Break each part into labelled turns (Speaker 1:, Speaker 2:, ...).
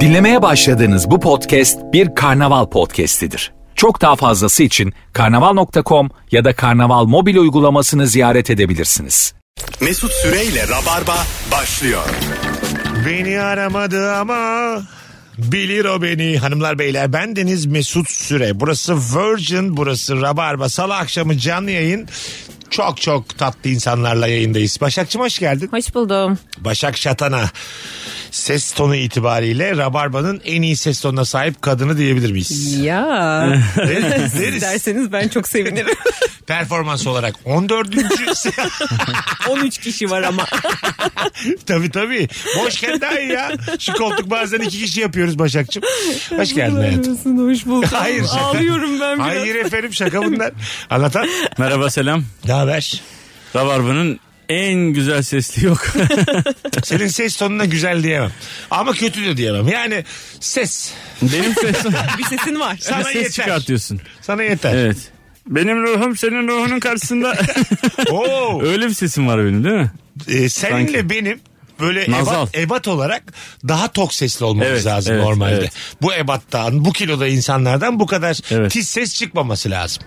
Speaker 1: Dinlemeye başladığınız bu podcast bir karnaval podcastidir. Çok daha fazlası için karnaval.com ya da karnaval mobil uygulamasını ziyaret edebilirsiniz.
Speaker 2: Mesut Süreyle Rabarba başlıyor.
Speaker 3: Beni aramadı ama bilir o beni hanımlar beyler. Ben Deniz Mesut Süre. Burası Virgin, burası Rabarba. Salı akşamı canlı yayın. Çok çok tatlı insanlarla yayındayız. Başakçım hoş geldin.
Speaker 4: Hoş buldum.
Speaker 3: Başak Şatana. Ses tonu itibariyle Rabarba'nın en iyi ses tonuna sahip kadını diyebilir miyiz?
Speaker 4: Ya
Speaker 3: Deriz. deriz.
Speaker 4: derseniz ben çok sevinirim.
Speaker 3: Performans olarak 14.
Speaker 4: 13 kişi var ama.
Speaker 3: tabii tabii. Boşken daha iyi ya. Şu koltuk bazen iki kişi yapıyoruz Başakçım. Hoş geldin hayatım.
Speaker 4: Hoş buldum.
Speaker 3: Hayır. şaka.
Speaker 4: Ağlıyorum ben biraz.
Speaker 3: Hayır efendim şaka bunlar. Anlatan.
Speaker 5: Merhaba selam.
Speaker 3: Ne haber?
Speaker 5: Rabarba'nın en güzel sesli yok.
Speaker 3: Senin ses tonuna güzel diyemem. Ama kötü de diyemem. Yani ses
Speaker 5: Benim sesim
Speaker 4: Bir sesin var.
Speaker 3: sana
Speaker 5: ses
Speaker 3: yeter.
Speaker 5: çıkartıyorsun.
Speaker 3: Sana yeter.
Speaker 5: Evet. Benim ruhum senin ruhunun karşısında.
Speaker 3: Oo,
Speaker 5: Öyle bir sesim var benim değil mi?
Speaker 3: e, seninle
Speaker 5: Sanki.
Speaker 3: benim böyle
Speaker 5: Nazal.
Speaker 3: ebat, ebat olarak daha tok sesli olmamız
Speaker 5: Evet,
Speaker 3: lazım
Speaker 5: evet,
Speaker 3: normalde.
Speaker 5: evet.
Speaker 3: Bu ebattan, bu kiloda insanlardan bu kadar
Speaker 5: Evet.
Speaker 3: tiz ses çıkmaması lazım.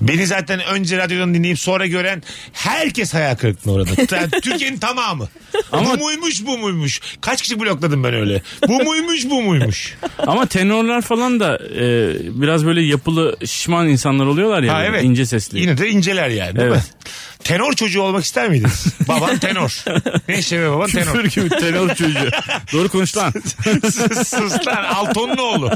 Speaker 3: Beni zaten önce radyodan dinleyip sonra gören herkes hayal kırıklığına uğradı. Yani Türkiye'nin tamamı.
Speaker 5: Ama-
Speaker 3: Bu muymuş bu muymuş. Kaç kişi blokladım ben öyle. Bu muymuş bu muymuş.
Speaker 5: Ama tenorlar falan da e, biraz böyle yapılı şişman insanlar oluyorlar ya.
Speaker 3: Ha, evet.
Speaker 5: ince sesli.
Speaker 3: Yine de inceler yani değil mi?
Speaker 5: Evet.
Speaker 3: Tenor çocuğu olmak ister miydiniz? baban tenor. Ne işe yarıyor baban tenor.
Speaker 5: Küfür gibi tenor çocuğu. Doğru konuş lan.
Speaker 3: Sus sus lan Alton'un oğlu.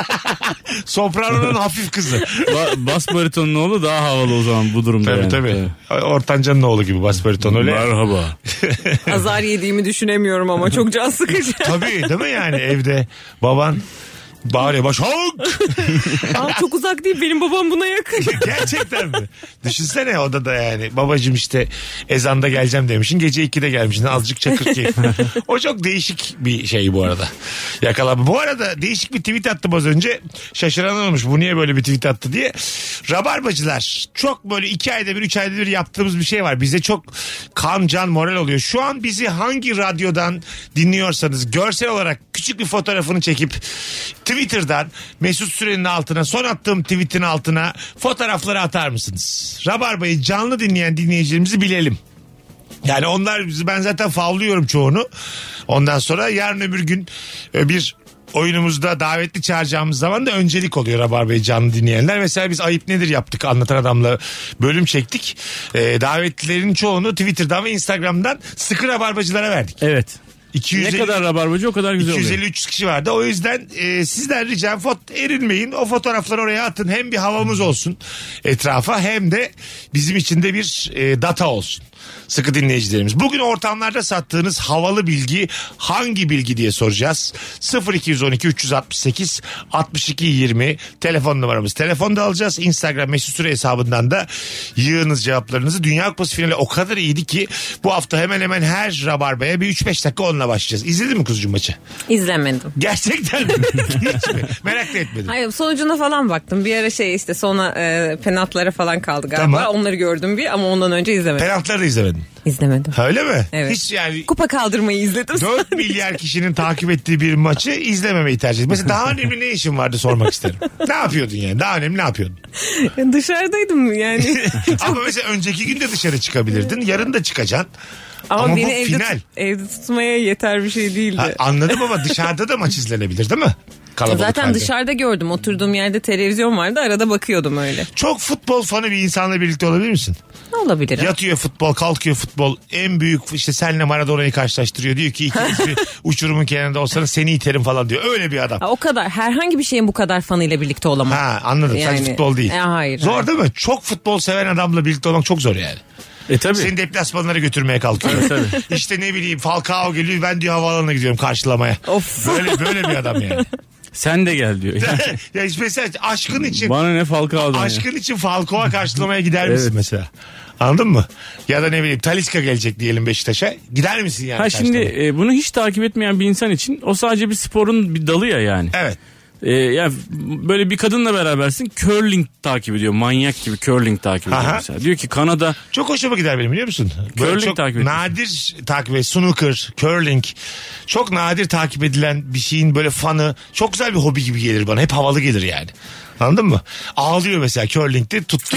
Speaker 3: Soprano'nun hafif kızı.
Speaker 5: Ba- bas baritonun oğlu daha havalı o zaman bu durumda
Speaker 3: Tabii
Speaker 5: yani.
Speaker 3: tabii. Ortancan'ın oğlu gibi bas bariton öyle.
Speaker 5: Merhaba.
Speaker 4: Azar yediğimi düşünemiyorum ama çok can sıkıcı.
Speaker 3: tabii değil mi yani evde baban bağırıyor başak.
Speaker 4: Aa, çok uzak değil benim babam buna yakın.
Speaker 3: Gerçekten mi? Düşünsene odada yani. Babacım işte ezanda geleceğim demişsin. Gece 2'de gelmişsin. Azıcık çakır keyfi. o çok değişik bir şey bu arada. Yakala. Bu arada değişik bir tweet attım az önce. Şaşıran olmuş. Bu niye böyle bir tweet attı diye. Rabarbacılar çok böyle 2 ayda bir 3 ayda bir yaptığımız bir şey var. Bize çok kan can moral oluyor. Şu an bizi hangi radyodan dinliyorsanız görsel olarak küçük bir fotoğrafını çekip Twitter'dan Mesut Süren'in altına son attığım tweetin altına fotoğrafları atar mısınız? Rabarba'yı canlı dinleyen dinleyicilerimizi bilelim. Yani onlar bizi ben zaten favlıyorum çoğunu. Ondan sonra yarın öbür gün e, bir oyunumuzda davetli çağıracağımız zaman da öncelik oluyor Rabarba'yı canlı dinleyenler. Mesela biz Ayıp Nedir yaptık anlatan adamla bölüm çektik. E, davetlilerin çoğunu Twitter'dan ve Instagram'dan sıkı Rabarbacılara verdik.
Speaker 5: Evet.
Speaker 3: 250
Speaker 5: Ne kadar rabarbacı o kadar güzel oluyor.
Speaker 3: 253 kişi vardı. O yüzden e, sizden ricam fot erinmeyin. O fotoğrafları oraya atın. Hem bir havamız olsun etrafa hem de bizim için de bir e, data olsun. Sıkı dinleyicilerimiz. Bugün ortamlarda sattığınız havalı bilgi hangi bilgi diye soracağız. 0212 368 62 20 telefon numaramız. Telefonda alacağız. Instagram mesut süre hesabından da yığınız cevaplarınızı. Dünya Kupası finali o kadar iyiydi ki bu hafta hemen hemen her rabarbaya bir 3-5 dakika onunla başlayacağız. İzledin mi kuzucuğum maçı?
Speaker 4: İzlemedim.
Speaker 3: Gerçekten mi? Hiç mi? Merak da etmedim.
Speaker 4: Hayır sonucuna falan baktım. Bir ara şey işte sonra e, penaltılara falan kaldı galiba.
Speaker 3: Tamam.
Speaker 4: Onları gördüm bir ama ondan önce izlemedim.
Speaker 3: Penaltıları da izlemedim.
Speaker 4: İzlemedim.
Speaker 3: Ha, Öyle mi?
Speaker 4: Evet.
Speaker 3: Hiç yani
Speaker 4: Kupa kaldırmayı izledim.
Speaker 3: 4 milyar kişinin takip ettiği bir maçı izlememeyi tercih ettim. Mesela daha önemli ne işin vardı sormak isterim. Ne yapıyordun yani? Daha önemli ne yapıyordun?
Speaker 4: Dışarıdaydım yani.
Speaker 3: Ama mesela önceki gün de dışarı çıkabilirdin. Yarın da çıkacaksın.
Speaker 4: Ama,
Speaker 3: Ama bu
Speaker 4: beni evde,
Speaker 3: final.
Speaker 4: tut- evde tutmaya yeter bir şey değildi.
Speaker 3: Ha, anladım ama dışarıda da maç izlenebilir değil mi? Kalabalık
Speaker 4: Zaten
Speaker 3: halde.
Speaker 4: dışarıda gördüm. Oturduğum yerde televizyon vardı. Arada bakıyordum öyle.
Speaker 3: Çok futbol fanı bir insanla birlikte olabilir misin?
Speaker 4: Ne olabilir?
Speaker 3: Yatıyor futbol, kalkıyor futbol. En büyük işte senle Maradona'yı karşılaştırıyor. Diyor ki ikiniz bir uçurumun kenarında olsanız seni iterim falan diyor. Öyle bir adam.
Speaker 4: Ha, o kadar. Herhangi bir şeyin bu kadar fanıyla birlikte olamam.
Speaker 3: Ha anladım. Sadece
Speaker 4: Yani-
Speaker 3: futbol değil.
Speaker 4: E, hayır,
Speaker 3: Zor
Speaker 4: hayır.
Speaker 3: değil mi? Çok futbol seven adamla birlikte olmak çok zor yani.
Speaker 5: E tabii.
Speaker 3: Seni deplasmanlara götürmeye kalkıyor. işte ne bileyim Falcao geliyor ben diyor havaalanına gidiyorum karşılamaya.
Speaker 4: Of.
Speaker 3: Böyle böyle bir adam yani.
Speaker 5: Sen de gel diyor.
Speaker 3: ya işte mesela aşkın için
Speaker 5: Bana ne Falcao'dan ya.
Speaker 3: aşkın için Falco'ya karşılamaya gider misin
Speaker 5: Evet.
Speaker 3: mesela? Anladın mı? Ya da ne bileyim Taliska gelecek diyelim Beşiktaş'a. Gider misin yani?
Speaker 5: Ha şimdi
Speaker 3: karşılamaya?
Speaker 5: e, bunu hiç takip etmeyen bir insan için o sadece bir sporun bir dalı ya yani.
Speaker 3: Evet.
Speaker 5: E, yani böyle bir kadınla berabersin curling takip ediyor manyak gibi curling takip ediyor
Speaker 3: Aha.
Speaker 5: mesela. Diyor ki Kanada
Speaker 3: Çok hoşuma gider benim biliyor musun? Böyle
Speaker 5: Curling
Speaker 3: çok
Speaker 5: takip ediyorsun.
Speaker 3: nadir takip et. Snooker, curling. Çok nadir takip edilen bir şeyin böyle fanı. Çok güzel bir hobi gibi gelir bana. Hep havalı gelir yani. Anladın mı? Ağlıyor mesela curling'de tuttuğu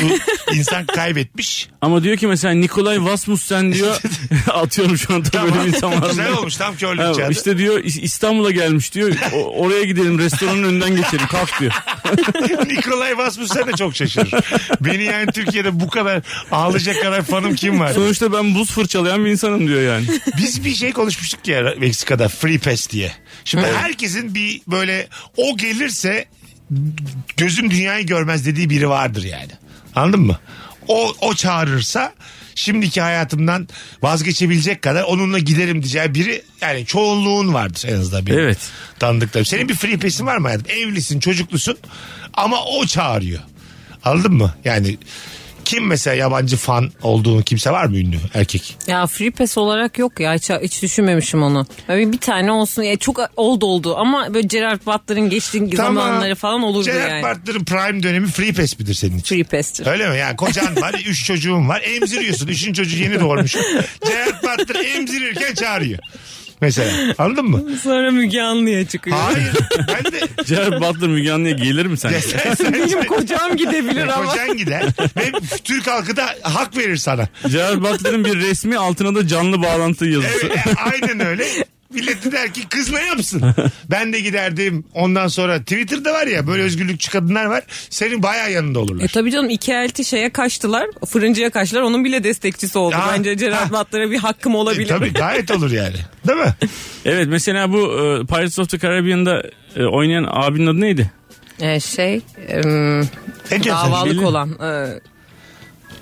Speaker 3: insan kaybetmiş.
Speaker 5: ama diyor ki mesela Nikolay Vasmussen diyor atıyorum şu anda böyle bir insan var mı?
Speaker 3: Güzel olmuş tam curling
Speaker 5: Ha,
Speaker 3: çağı.
Speaker 5: işte diyor İs- İstanbul'a gelmiş diyor O- oraya gidelim restoranın önünden geçelim kalk diyor.
Speaker 3: Nikolay Vasmussen de çok şaşırır. Beni yani Türkiye'de bu kadar ağlayacak kadar fanım kim var?
Speaker 5: Sonuçta ben buz fırçalayan bir insanım diyor yani.
Speaker 3: Biz bir şey konuşmuştuk ya Meksika'da Free Pass diye. Şimdi herkesin bir böyle o gelirse gözüm dünyayı görmez dediği biri vardır yani. Anladın mı? O, o çağırırsa şimdiki hayatımdan vazgeçebilecek kadar onunla giderim diyeceği biri yani çoğunluğun vardır en azından benim
Speaker 5: Evet.
Speaker 3: tanıdıklarım. Senin bir free pass'in var mı hayatım? Evlisin çocuklusun ama o çağırıyor. Anladın mı? Yani kim mesela yabancı fan olduğunu kimse var mı ünlü erkek?
Speaker 4: Ya free pass olarak yok ya hiç, hiç düşünmemişim onu. Böyle bir tane olsun ya çok oldu oldu ama böyle Gerard Butler'ın geçtiği zamanları falan olurdu
Speaker 3: Gerard
Speaker 4: yani.
Speaker 3: Butler'ın prime dönemi free pass midir senin için?
Speaker 4: Free pass'tir.
Speaker 3: Öyle mi? Yani kocan var, üç çocuğun var. Emziriyorsun. Üçün çocuğu yeni doğurmuş. Gerard Butler emzirirken çağırıyor. Mesela. Anladın mı?
Speaker 4: Sonra Müge Anlı'ya çıkıyor.
Speaker 3: Hayır. Ben de
Speaker 5: Gerard Butler Müge Anlı'ya gelir mi sen?
Speaker 3: sen, sen,
Speaker 4: Benim kocam gidebilir ama.
Speaker 3: kocan gider. Ve Türk halkı da hak verir sana.
Speaker 5: Gerard Butler'ın bir resmi altına da canlı bağlantı yazısı.
Speaker 3: Evet, E, aynen öyle. Millet de der ki kız ne yapsın? Ben de giderdim. Ondan sonra Twitter'da var ya böyle özgürlükçü kadınlar var. Senin bayağı yanında olurlar.
Speaker 4: E tabii canım iki elti şeye kaçtılar. Fırıncıya kaçtılar. Onun bile destekçisi oldu.
Speaker 3: Ha, E,
Speaker 4: Bence Gerard Butler'a bir hakkım olabilir.
Speaker 3: Tabii gayet olur yani. Değil mi?
Speaker 5: Evet mesela bu e, Pirates of the Caribbean'da e, oynayan abinin adı neydi?
Speaker 4: E, şey e,
Speaker 3: Ne diyorsun?
Speaker 4: davalık
Speaker 5: Bilin.
Speaker 4: olan. e,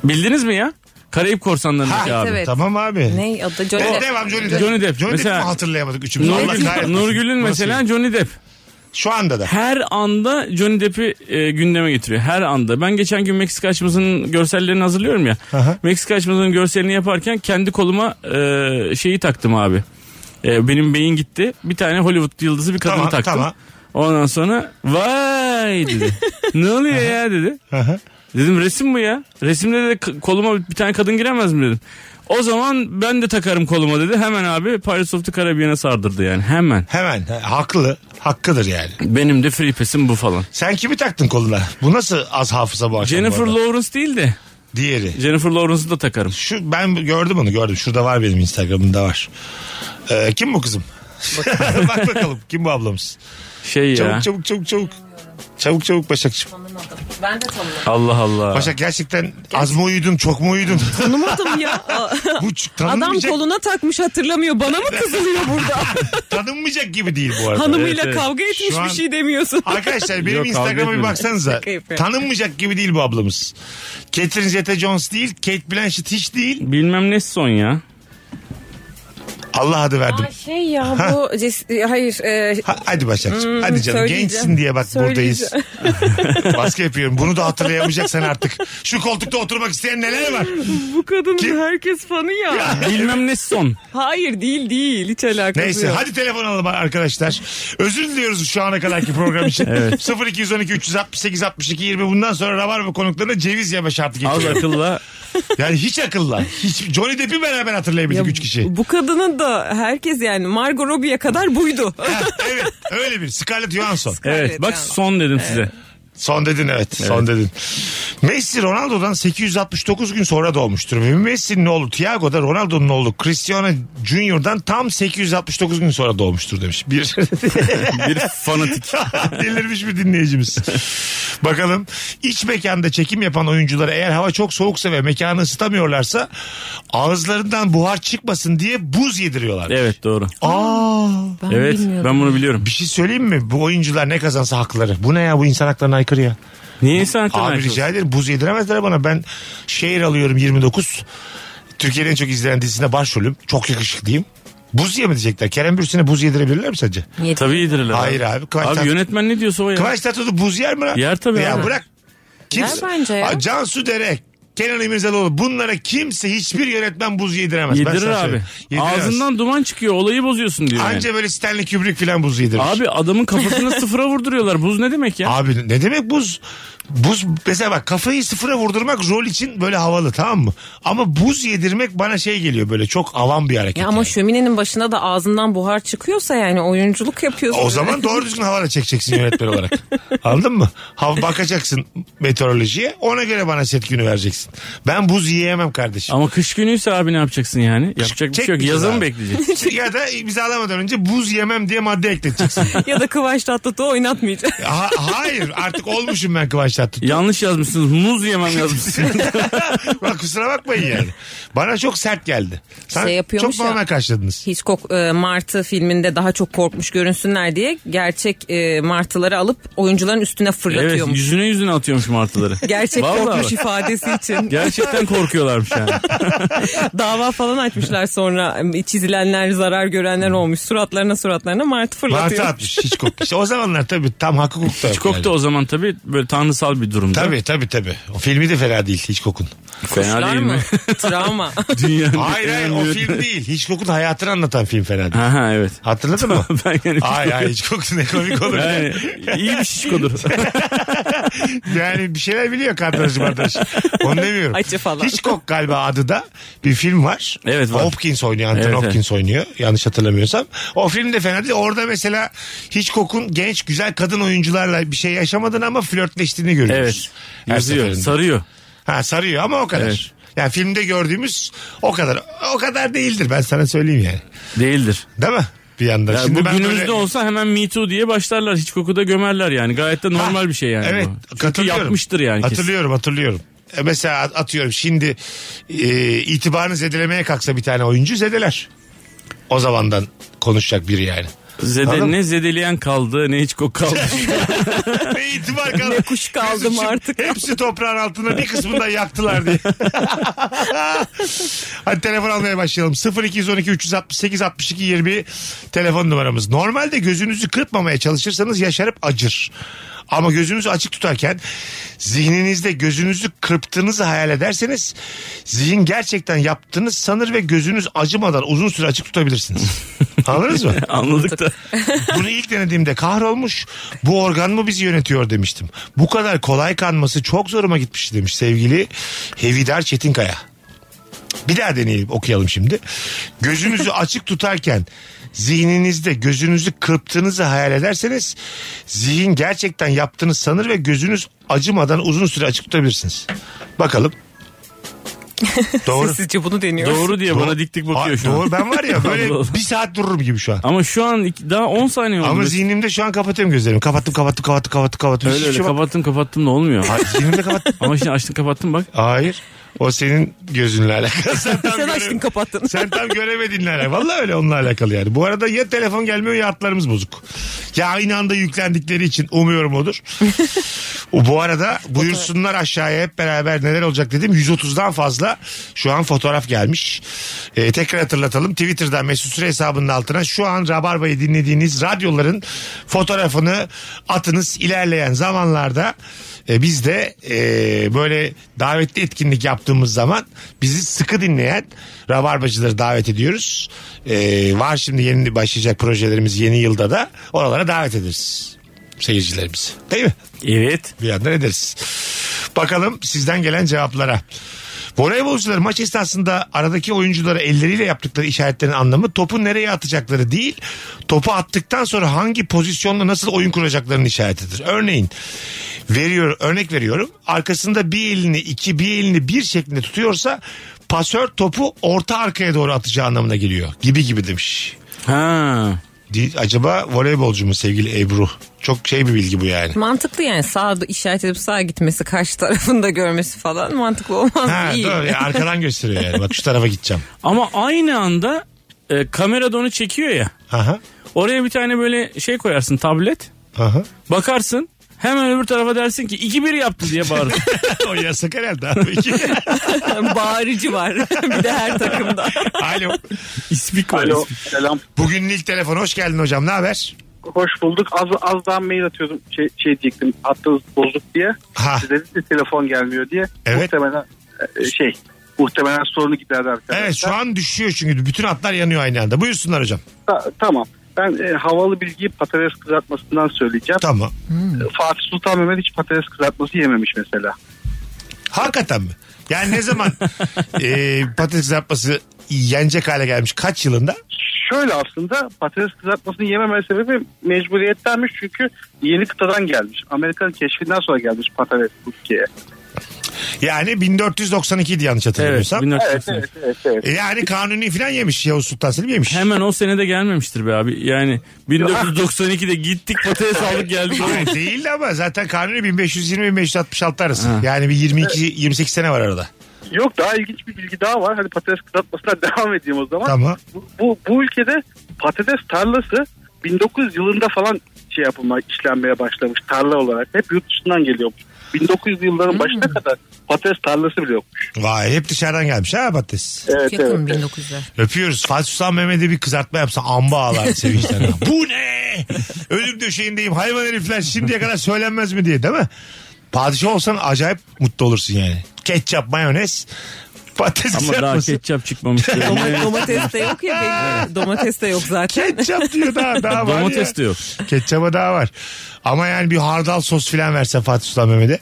Speaker 5: Bildiniz mi ya? Karayip
Speaker 3: Ha,
Speaker 5: Korsanları'ndaki abi.
Speaker 4: evet.
Speaker 3: Tamam abi.
Speaker 4: ne adı? Johnny
Speaker 3: Evet.
Speaker 4: Depp.
Speaker 3: Devam Johnny Depp.
Speaker 5: Johnny Depp.
Speaker 3: Johnny
Speaker 5: Mesela-
Speaker 3: Depp'i mi hatırlayamadık üçümüz. Allah
Speaker 5: Nurgül,
Speaker 3: kahretmesin.
Speaker 5: Nurgül'ün
Speaker 3: Nasıl?
Speaker 5: mesela Johnny Depp.
Speaker 3: Şu anda da.
Speaker 5: Her anda Johnny Depp'i e, gündeme getiriyor. Her anda. Ben geçen gün Meksika açmasının görsellerini hazırlıyorum ya.
Speaker 3: Aha.
Speaker 5: Meksika açmasının görselini yaparken kendi koluma e, şeyi taktım abi. E, benim beyin gitti. Bir tane Hollywood yıldızı bir kadını
Speaker 3: Tamam,
Speaker 5: taktım.
Speaker 3: tamam.
Speaker 5: Ondan sonra vay dedi. ne oluyor ya dedi.
Speaker 3: Aha.
Speaker 5: Dedim resim bu ya. Resimde de k- koluma bir tane kadın giremez mi dedim. O zaman ben de takarım koluma dedi. Hemen abi Pirates of the Caribbean'e sardırdı yani hemen.
Speaker 3: Hemen. Ha, Haklı. Hakkıdır yani.
Speaker 5: Benim de free pass'im bu falan.
Speaker 3: Sen kimi taktın koluna? Bu nasıl az hafıza bu akşam? bu
Speaker 5: Jennifer
Speaker 3: arada?
Speaker 5: Lawrence değil de
Speaker 3: Diğeri.
Speaker 5: Jennifer Lawrence'ı da takarım.
Speaker 3: Şu, ben gördüm onu gördüm. Şurada var benim Instagram'ımda var. Ee, kim bu kızım? Bak bakalım kim bu ablamız?
Speaker 5: Şey ya.
Speaker 3: Çabuk çabuk çabuk çabuk. Çabuk çabuk Başak'cığım.
Speaker 4: Ben de tanımadım.
Speaker 5: Allah Allah.
Speaker 3: Başak gerçekten az mı uyudun çok mu uyudun?
Speaker 4: Tanımadım ya.
Speaker 3: bu ç-
Speaker 4: Adam
Speaker 3: tanınmayacak,
Speaker 4: koluna takmış hatırlamıyor. Bana mı kızılıyor burada?
Speaker 3: tanınmayacak gibi değil bu arada.
Speaker 4: Hanımıyla
Speaker 5: evet.
Speaker 4: kavga etmiş
Speaker 3: Şu an-
Speaker 4: bir şey demiyorsun.
Speaker 3: Arkadaşlar benim
Speaker 5: Yok, kavga
Speaker 3: Instagram'a bir
Speaker 5: etmedim.
Speaker 3: baksanıza.
Speaker 4: Şaka yapıyorum.
Speaker 3: Tanınmayacak gibi değil bu ablamız. Catherine Zeta-Jones değil, Kate Blanchett hiç değil.
Speaker 5: Bilmem ne son ya.
Speaker 3: Allah adı verdim.
Speaker 4: Aa, şey ya bu ces- hayır e,
Speaker 3: Ha, hadi Başakçığım.
Speaker 4: Hmm,
Speaker 3: hadi canım
Speaker 4: söyleyeceğim.
Speaker 3: gençsin diye bak buradayız.
Speaker 4: Söyleyeceğim.
Speaker 3: Baskı yapıyorum. Bunu da hatırlayamayacaksan artık. Şu koltukta oturmak isteyen neler var?
Speaker 4: bu kadının
Speaker 3: Kim?
Speaker 4: herkes fanı ya.
Speaker 5: Bilmem ne son.
Speaker 4: hayır değil değil hiç alakası
Speaker 3: Neyse
Speaker 4: yok.
Speaker 3: hadi telefon alalım arkadaşlar. Özür diliyoruz şu ana kadarki program için. 0212 368 62 20 bundan sonra Rabarba konuklarına ceviz yeme şartı
Speaker 5: Az
Speaker 3: getiriyorum.
Speaker 5: akılla.
Speaker 3: yani hiç akılla. Hiç, Johnny Depp'i beraber hatırlayabildik üç kişi.
Speaker 4: Bu kadının da herkes yani Margot Robbie'ye kadar buydu.
Speaker 3: Ha, evet öyle bir Scarlett Johansson.
Speaker 5: Evet bak
Speaker 4: yani.
Speaker 5: son dedim size.
Speaker 3: Son dedin evet, son dedin. Messi Ronaldo'dan 869 gün sonra doğmuştur. Messi'nin oğlu Thiago da Ronaldo'nun oğlu Cristiano Junior'dan tam 869 gün sonra doğmuştur demiş. Bir
Speaker 5: Bir fanatik.
Speaker 3: delirmiş bir dinleyicimiz. Bakalım iç mekanda çekim yapan oyunculara eğer hava çok soğuksa ve mekanı ısıtamıyorlarsa ağızlarından buhar çıkmasın diye buz yediriyorlar.
Speaker 5: Evet doğru.
Speaker 3: Aa,
Speaker 4: Ben
Speaker 5: evet
Speaker 4: bilmiyorum.
Speaker 5: ben bunu biliyorum.
Speaker 3: bir şey söyleyeyim mi? Bu oyuncular ne kazansa hakları. Bu ne ya bu insan haklarına aykırı ya.
Speaker 5: Niye insan hakkında
Speaker 3: Abi
Speaker 5: haklısın?
Speaker 3: rica ederim buz yediremezler bana. Ben şehir alıyorum 29. Türkiye'nin en çok izlenen dizisinde başrolüm. Çok yakışıklıyım. Buz yemeyecekler. Kerem Bürsin'e buz yedirebilirler mi sence?
Speaker 5: Tabii yedirirler.
Speaker 3: Hayır abi, Kıvanç Tatlı-
Speaker 5: Abi yönetmen ne diyorsa o ya.
Speaker 3: Kıvanç Tatlıtuğ buz yer mi lan?
Speaker 5: Yer tabii
Speaker 3: Ya
Speaker 5: abi.
Speaker 3: bırak. Kim?
Speaker 4: Yer bence ya.
Speaker 3: Aa, Cansu Dere. Kenan İmirzalıoğlu bunlara kimse hiçbir yönetmen buz yediremez. Ben
Speaker 5: Yedirir
Speaker 3: sana
Speaker 5: abi.
Speaker 3: söyleyeyim. Yediremez.
Speaker 5: Ağzından duman çıkıyor olayı bozuyorsun diyor. yani.
Speaker 3: Anca böyle Stanley Kubrick falan buz yedirir. Abi,
Speaker 5: Abi adamın kafasını sıfıra vurduruyorlar. Buz ne demek ya?
Speaker 3: ne demek buz? Buz mesela bak kafayı sıfıra vurdurmak rol için böyle havalı tamam mı? Ama buz yedirmek bana şey geliyor böyle çok avam bir hareket.
Speaker 4: Ya ama
Speaker 3: yani.
Speaker 4: şöminenin başına da ağzından buhar çıkıyorsa yani oyunculuk yapıyorsun.
Speaker 3: O zaman doğru düzgün havana çekeceksin yönetmen olarak. Anladın mı? Hav bakacaksın meteorolojiye ona göre bana set günü vereceksin. Ben buz yiyemem kardeşim.
Speaker 5: Ama kış günüyse abi ne yapacaksın yani? Yapacak bir şey yok.
Speaker 3: çekmeyeceğiz
Speaker 5: Yazın
Speaker 3: abi.
Speaker 5: mı bekleyecek?
Speaker 3: ya da bizi alamadan önce buz yemem diye madde ekleteceksin.
Speaker 4: ya da Kıvanç Tatlıtuğ oynatmayacak.
Speaker 3: Ha- hayır artık olmuşum ben Kıvanç Tatlıtuğ.
Speaker 5: Yanlış yazmışsınız. Muz yemem yazmışsınız.
Speaker 3: Bak kusura bakmayın yani. Bana çok sert geldi. Sen
Speaker 4: Şey yapıyormuş
Speaker 3: çok normal
Speaker 4: ya.
Speaker 3: karşıladınız.
Speaker 4: Hitchcock e, Martı filminde daha çok korkmuş görünsünler diye gerçek e, martıları alıp oyuncuların üstüne
Speaker 5: evet
Speaker 4: fırlatıyormuş.
Speaker 5: yüzüne yüzüne atıyormuş martıları.
Speaker 4: Gerçek
Speaker 5: Vallahi
Speaker 4: korkmuş
Speaker 5: bak.
Speaker 4: ifadesi için.
Speaker 5: Gerçekten korkuyorlarmış yani.
Speaker 4: Dava falan açmışlar sonra e, çizilenler zarar
Speaker 5: Hmm.
Speaker 4: görenler olmuş. Suratlarına suratlarına martı fırlatıyor.
Speaker 3: Martı atmış hiç kok. İşte o zamanlar tabii tam hakkı hukuk da yok.
Speaker 5: Hitchcock da
Speaker 3: yani.
Speaker 5: o zaman tabii böyle tanrısal bir durumda.
Speaker 3: Tabii tabii tabii. O filmi de fena değil hiç kokun.
Speaker 5: Fena
Speaker 4: Kuşlar
Speaker 5: değil
Speaker 4: mı?
Speaker 5: mi?
Speaker 4: Travma.
Speaker 5: Dünyanın
Speaker 3: Hayır
Speaker 5: en
Speaker 3: hayır o
Speaker 5: önemli-
Speaker 3: film değil. Hiç kokun hayatını anlatan film fena değil.
Speaker 5: Aha evet.
Speaker 3: Hatırladın mı?
Speaker 5: Ben yani
Speaker 3: Ay ay hiç kokun ne komik olur.
Speaker 5: yani
Speaker 3: Yani,
Speaker 5: iyi bir şişkodur.
Speaker 3: bir şeyler biliyor kardeşim arkadaş. Onu demiyorum.
Speaker 4: Acı falan.
Speaker 3: Hiç kok galiba adı da bir film var.
Speaker 5: Evet, var.
Speaker 3: Hopkins oynuyor. Anthony
Speaker 5: Evet, evet.
Speaker 3: Hopkins oynuyor. Yanlış hatırlamıyorsam. O film de fena değil. Orada mesela hiç kokun genç güzel kadın oyuncularla bir şey yaşamadığını ama flörtleştiğini görüyoruz.
Speaker 5: Evet.
Speaker 3: Her
Speaker 5: Yazıyor.
Speaker 3: seferinde.
Speaker 5: Sarıyor.
Speaker 3: Ha sarıyor ama o kadar.
Speaker 5: Evet.
Speaker 3: Yani filmde gördüğümüz o kadar. O kadar değildir ben sana söyleyeyim yani.
Speaker 5: Değildir.
Speaker 3: Değil mi? Bir yandan.
Speaker 5: Yani E bu
Speaker 3: ben
Speaker 5: günümüzde
Speaker 3: böyle-
Speaker 5: olsa hemen Me Too diye başlarlar. Hiç kokuda gömerler yani. Gayet de normal bir şey yani
Speaker 3: Evet
Speaker 5: bu. Çünkü
Speaker 3: katılıyorum.
Speaker 5: yapmıştır yani kesin.
Speaker 3: Hatırlıyorum hatırlıyorum. E, Mesela at- atıyorum şimdi e, itibarını zedelemeye kalksa bir tane oyuncu zedeler. O zamandan konuşacak biri yani.
Speaker 5: Zede,
Speaker 3: Anladın mı?
Speaker 5: ne zedeleyen kaldı ne hiç kok kaldı.
Speaker 3: Ne itibar kaldı. Ne
Speaker 4: kuş kaldı mı artık?
Speaker 3: Hepsi toprağın altında bir kısmını da yaktılar diye. Hadi telefon almaya başlayalım. 0212 368 62 20 telefon numaramız. Normalde gözünüzü kırpmamaya çalışırsanız yaşarıp acır. Ama gözünüzü açık tutarken zihninizde gözünüzü kırptığınızı hayal ederseniz zihin gerçekten yaptığınız sanır ve gözünüz acımadan uzun süre açık tutabilirsiniz. Anladınız mı?
Speaker 5: Anladık da.
Speaker 3: Bunu ilk denediğimde kahrolmuş. Bu organ mı bizi yönetiyor demiştim. Bu kadar kolay kanması çok zoruma gitmişti demiş sevgili Hevidar Çetinkaya. Bir daha deneyip okuyalım şimdi. Gözünüzü açık tutarken zihninizde gözünüzü kırptığınızı hayal ederseniz zihin gerçekten yaptığını sanır ve gözünüz acımadan uzun süre açık tutabilirsiniz. Bakalım. Doğru.
Speaker 4: Sizce bunu deniyor.
Speaker 5: Doğru diye bana dik dik bakıyor şu
Speaker 3: Doğru
Speaker 5: an.
Speaker 3: ben var ya böyle
Speaker 5: Allah Allah.
Speaker 3: bir saat dururum gibi şu an.
Speaker 5: Ama şu an iki- daha 10 saniye oldu.
Speaker 3: Ama
Speaker 5: Mesela.
Speaker 3: zihnimde şu an kapatıyorum gözlerimi. Kapattım kapattım kapattım kapattım kapattım.
Speaker 5: öyle
Speaker 3: Hiçbir
Speaker 5: öyle
Speaker 3: şey bak-
Speaker 5: kapattım kapattım da olmuyor.
Speaker 3: Hayır, zihnimde kapattım.
Speaker 5: Ama şimdi açtın kapattın bak.
Speaker 3: Hayır. O senin gözünle alakalı. Sen tam,
Speaker 4: Sen
Speaker 3: göre-
Speaker 4: açtın kapattın.
Speaker 3: sen tam göremediğinle alakalı. Valla öyle onunla alakalı yani. Bu arada ya telefon gelmiyor ya hatlarımız bozuk. Ya aynı anda yüklendikleri için umuyorum odur. O Bu arada buyursunlar aşağıya hep beraber neler olacak dedim. 130'dan fazla şu an fotoğraf gelmiş. Ee, tekrar hatırlatalım. Twitter'dan Mesut Süre hesabının altına şu an Rabarba'yı dinlediğiniz radyoların fotoğrafını atınız. İlerleyen zamanlarda e, biz de e, böyle davetli etkinlik yaptığımız zaman bizi sıkı dinleyen Rabarbacıları davet ediyoruz. E, var şimdi yeni başlayacak projelerimiz yeni yılda da oralara davet ederiz seyircilerimizi. Değil mi?
Speaker 5: Evet.
Speaker 3: bir yandan ederiz. Bakalım sizden gelen cevaplara. Voleybolcular maç esnasında aradaki oyunculara elleriyle yaptıkları işaretlerin anlamı topu nereye atacakları değil, topu attıktan sonra hangi pozisyonla nasıl oyun kuracaklarının işaretidir. Örneğin veriyor örnek veriyorum. Arkasında bir elini iki bir elini bir şeklinde tutuyorsa pasör topu orta arkaya doğru atacağı anlamına geliyor. Gibi gibi demiş.
Speaker 5: Ha.
Speaker 3: Di- Acaba voleybolcu mu sevgili Ebru? Çok şey bir bilgi bu yani.
Speaker 4: Mantıklı yani sağa işaret edip sağa gitmesi karşı tarafını da görmesi falan mantıklı olmaz.
Speaker 3: Ha,
Speaker 4: İyi.
Speaker 3: doğru. Ya, arkadan gösteriyor yani. Bak şu tarafa gideceğim.
Speaker 5: Ama aynı anda e, kamera da onu çekiyor ya.
Speaker 3: Aha.
Speaker 5: Oraya bir tane böyle şey koyarsın tablet.
Speaker 3: Aha.
Speaker 5: Bakarsın hemen öbür tarafa dersin ki 2-1 yaptı diye bağırırsın.
Speaker 3: o yasak herhalde abi. İki.
Speaker 4: Bağırıcı var bir de her takımda.
Speaker 3: Alo.
Speaker 5: İspik var.
Speaker 6: Alo
Speaker 5: ispik.
Speaker 6: selam.
Speaker 3: Bugünün ilk telefonu. Hoş geldin hocam. Ne haber?
Speaker 6: Hoş bulduk. Az, az daha mail atıyordum. Şey, şey diyecektim. Hattınız bozuk diye.
Speaker 3: Ha.
Speaker 6: Siz dediniz ki telefon gelmiyor diye.
Speaker 3: Evet.
Speaker 6: Muhtemelen e, şey muhtemelen sorunu giderdi arkadaşlar.
Speaker 3: Evet şu an düşüyor çünkü bütün hatlar yanıyor aynı anda. Buyursunlar hocam.
Speaker 6: Ta- tamam. Ben e, havalı bilgiyi patates kızartmasından söyleyeceğim. E,
Speaker 3: Tamam.
Speaker 6: Fatih Sultan Mehmet hiç patates kızartması yememiş mesela.
Speaker 3: Hakikaten mi? Yani ne zaman e, patates kızartması yenecek hale gelmiş? Kaç yılında?
Speaker 6: Şöyle aslında patates kızartmasını yememe sebebi mecburiyettenmiş çünkü yeni kıtadan gelmiş. Amerika'nın keşfinden sonra gelmiş patates Türkiye'ye.
Speaker 3: Yani 1492 idi yanlış
Speaker 5: Evet.
Speaker 3: hatırlamıyorsam.
Speaker 5: 1980.
Speaker 6: Evet evet evet. evet.
Speaker 3: E, Yani kanuni falan yemiş. Yavuz Sultan Selim yemiş.
Speaker 5: Hemen o senede gelmemiştir be abi. Yani 1992'de gittik patates aldık geldik.
Speaker 3: Hayır, Değildi ama zaten kanuni 1520-1566 arası. Yani bir 22-28 sene var arada.
Speaker 6: Yok daha ilginç bir bilgi daha var. Hadi patates kızartmasına devam edeyim o zaman.
Speaker 3: Tamam.
Speaker 6: Bu, bu, bu ülkede patates tarlası 1900 yılında falan şey yapılmaya, işlenmeye başlamış tarla olarak. Hep yurt dışından geliyormuş. 1900 yılların başına kadar patates tarlası bile yokmuş.
Speaker 3: Vay hep dışarıdan gelmiş ha patates.
Speaker 6: Evet,
Speaker 4: Çok yakın
Speaker 6: evet.
Speaker 4: 1900'ler.
Speaker 3: Öpüyoruz. Fatih Sultan Mehmet'e bir kızartma yapsa amba ağlar sevinçten. Bu ne? Ölüm döşeğindeyim hayvan herifler şimdiye kadar söylenmez mi diye değil mi? Padişah olsan acayip mutlu olursun yani. Ketçap, mayonez, patates
Speaker 5: Ama daha
Speaker 3: kızartması.
Speaker 5: ketçap çıkmamıştır.
Speaker 4: Domates, domates de yok ya benim. Domates de yok zaten.
Speaker 3: Ketçap diyor daha, daha var
Speaker 5: Domates
Speaker 3: ya.
Speaker 5: de yok.
Speaker 3: Ketçaba daha var. Ama yani bir hardal sos filan versen Fatih Sultan Mehmet'e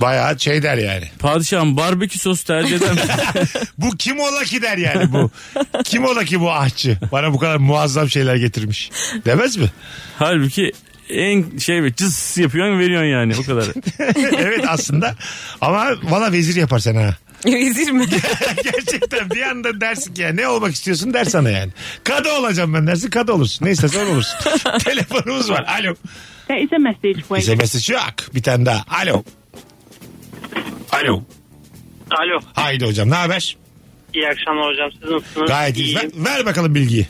Speaker 3: bayağı şey der yani.
Speaker 5: Padişahım barbekü sos tercih eder misin?
Speaker 3: Bu kim ola ki der yani bu. kim ola ki bu ahçı? Bana bu kadar muazzam şeyler getirmiş. Demez mi?
Speaker 5: Halbuki en şey bir cız yapıyorsun veriyorsun yani o kadar.
Speaker 3: evet aslında. Ama valla vezir yapar sen ha.
Speaker 4: Vezir mi?
Speaker 3: Gerçekten bir anda dersin ki ya ne olmak istiyorsun der sana yani. Kadı olacağım ben dersin kadı olursun. Ne istersen öyle olursun. Telefonumuz var. Alo.
Speaker 7: There is a message waiting.
Speaker 3: Bize mesaj yok. Bir tane daha. Alo. Alo.
Speaker 8: Alo,
Speaker 3: Haydi hocam ne haber?
Speaker 8: iyi akşamlar hocam. Siz nasılsınız?
Speaker 3: Gayet iyiyiz. Ver, ver bakalım bilgiyi.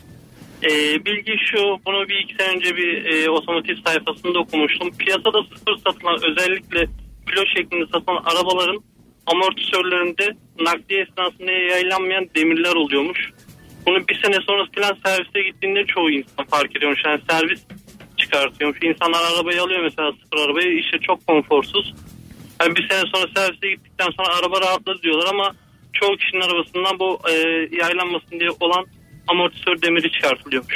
Speaker 8: Ee, bilgi şu, bunu bir iki sene önce bir e, otomotiv sayfasında okumuştum. Piyasada sıfır satılan, özellikle kilo şeklinde satılan arabaların amortisörlerinde nakliye esnasında yayılanmayan demirler oluyormuş. Bunu bir sene sonra filan servise gittiğinde çoğu insan fark ediyormuş. Yani servis çıkartıyormuş. İnsanlar arabayı alıyor mesela sıfır arabayı. işte çok konforsuz. Yani bir sene sonra servise gittikten sonra araba rahatladı diyorlar ama çoğu kişinin arabasından bu e, yaylanmasın diye olan amortisör demiri çıkartılıyormuş.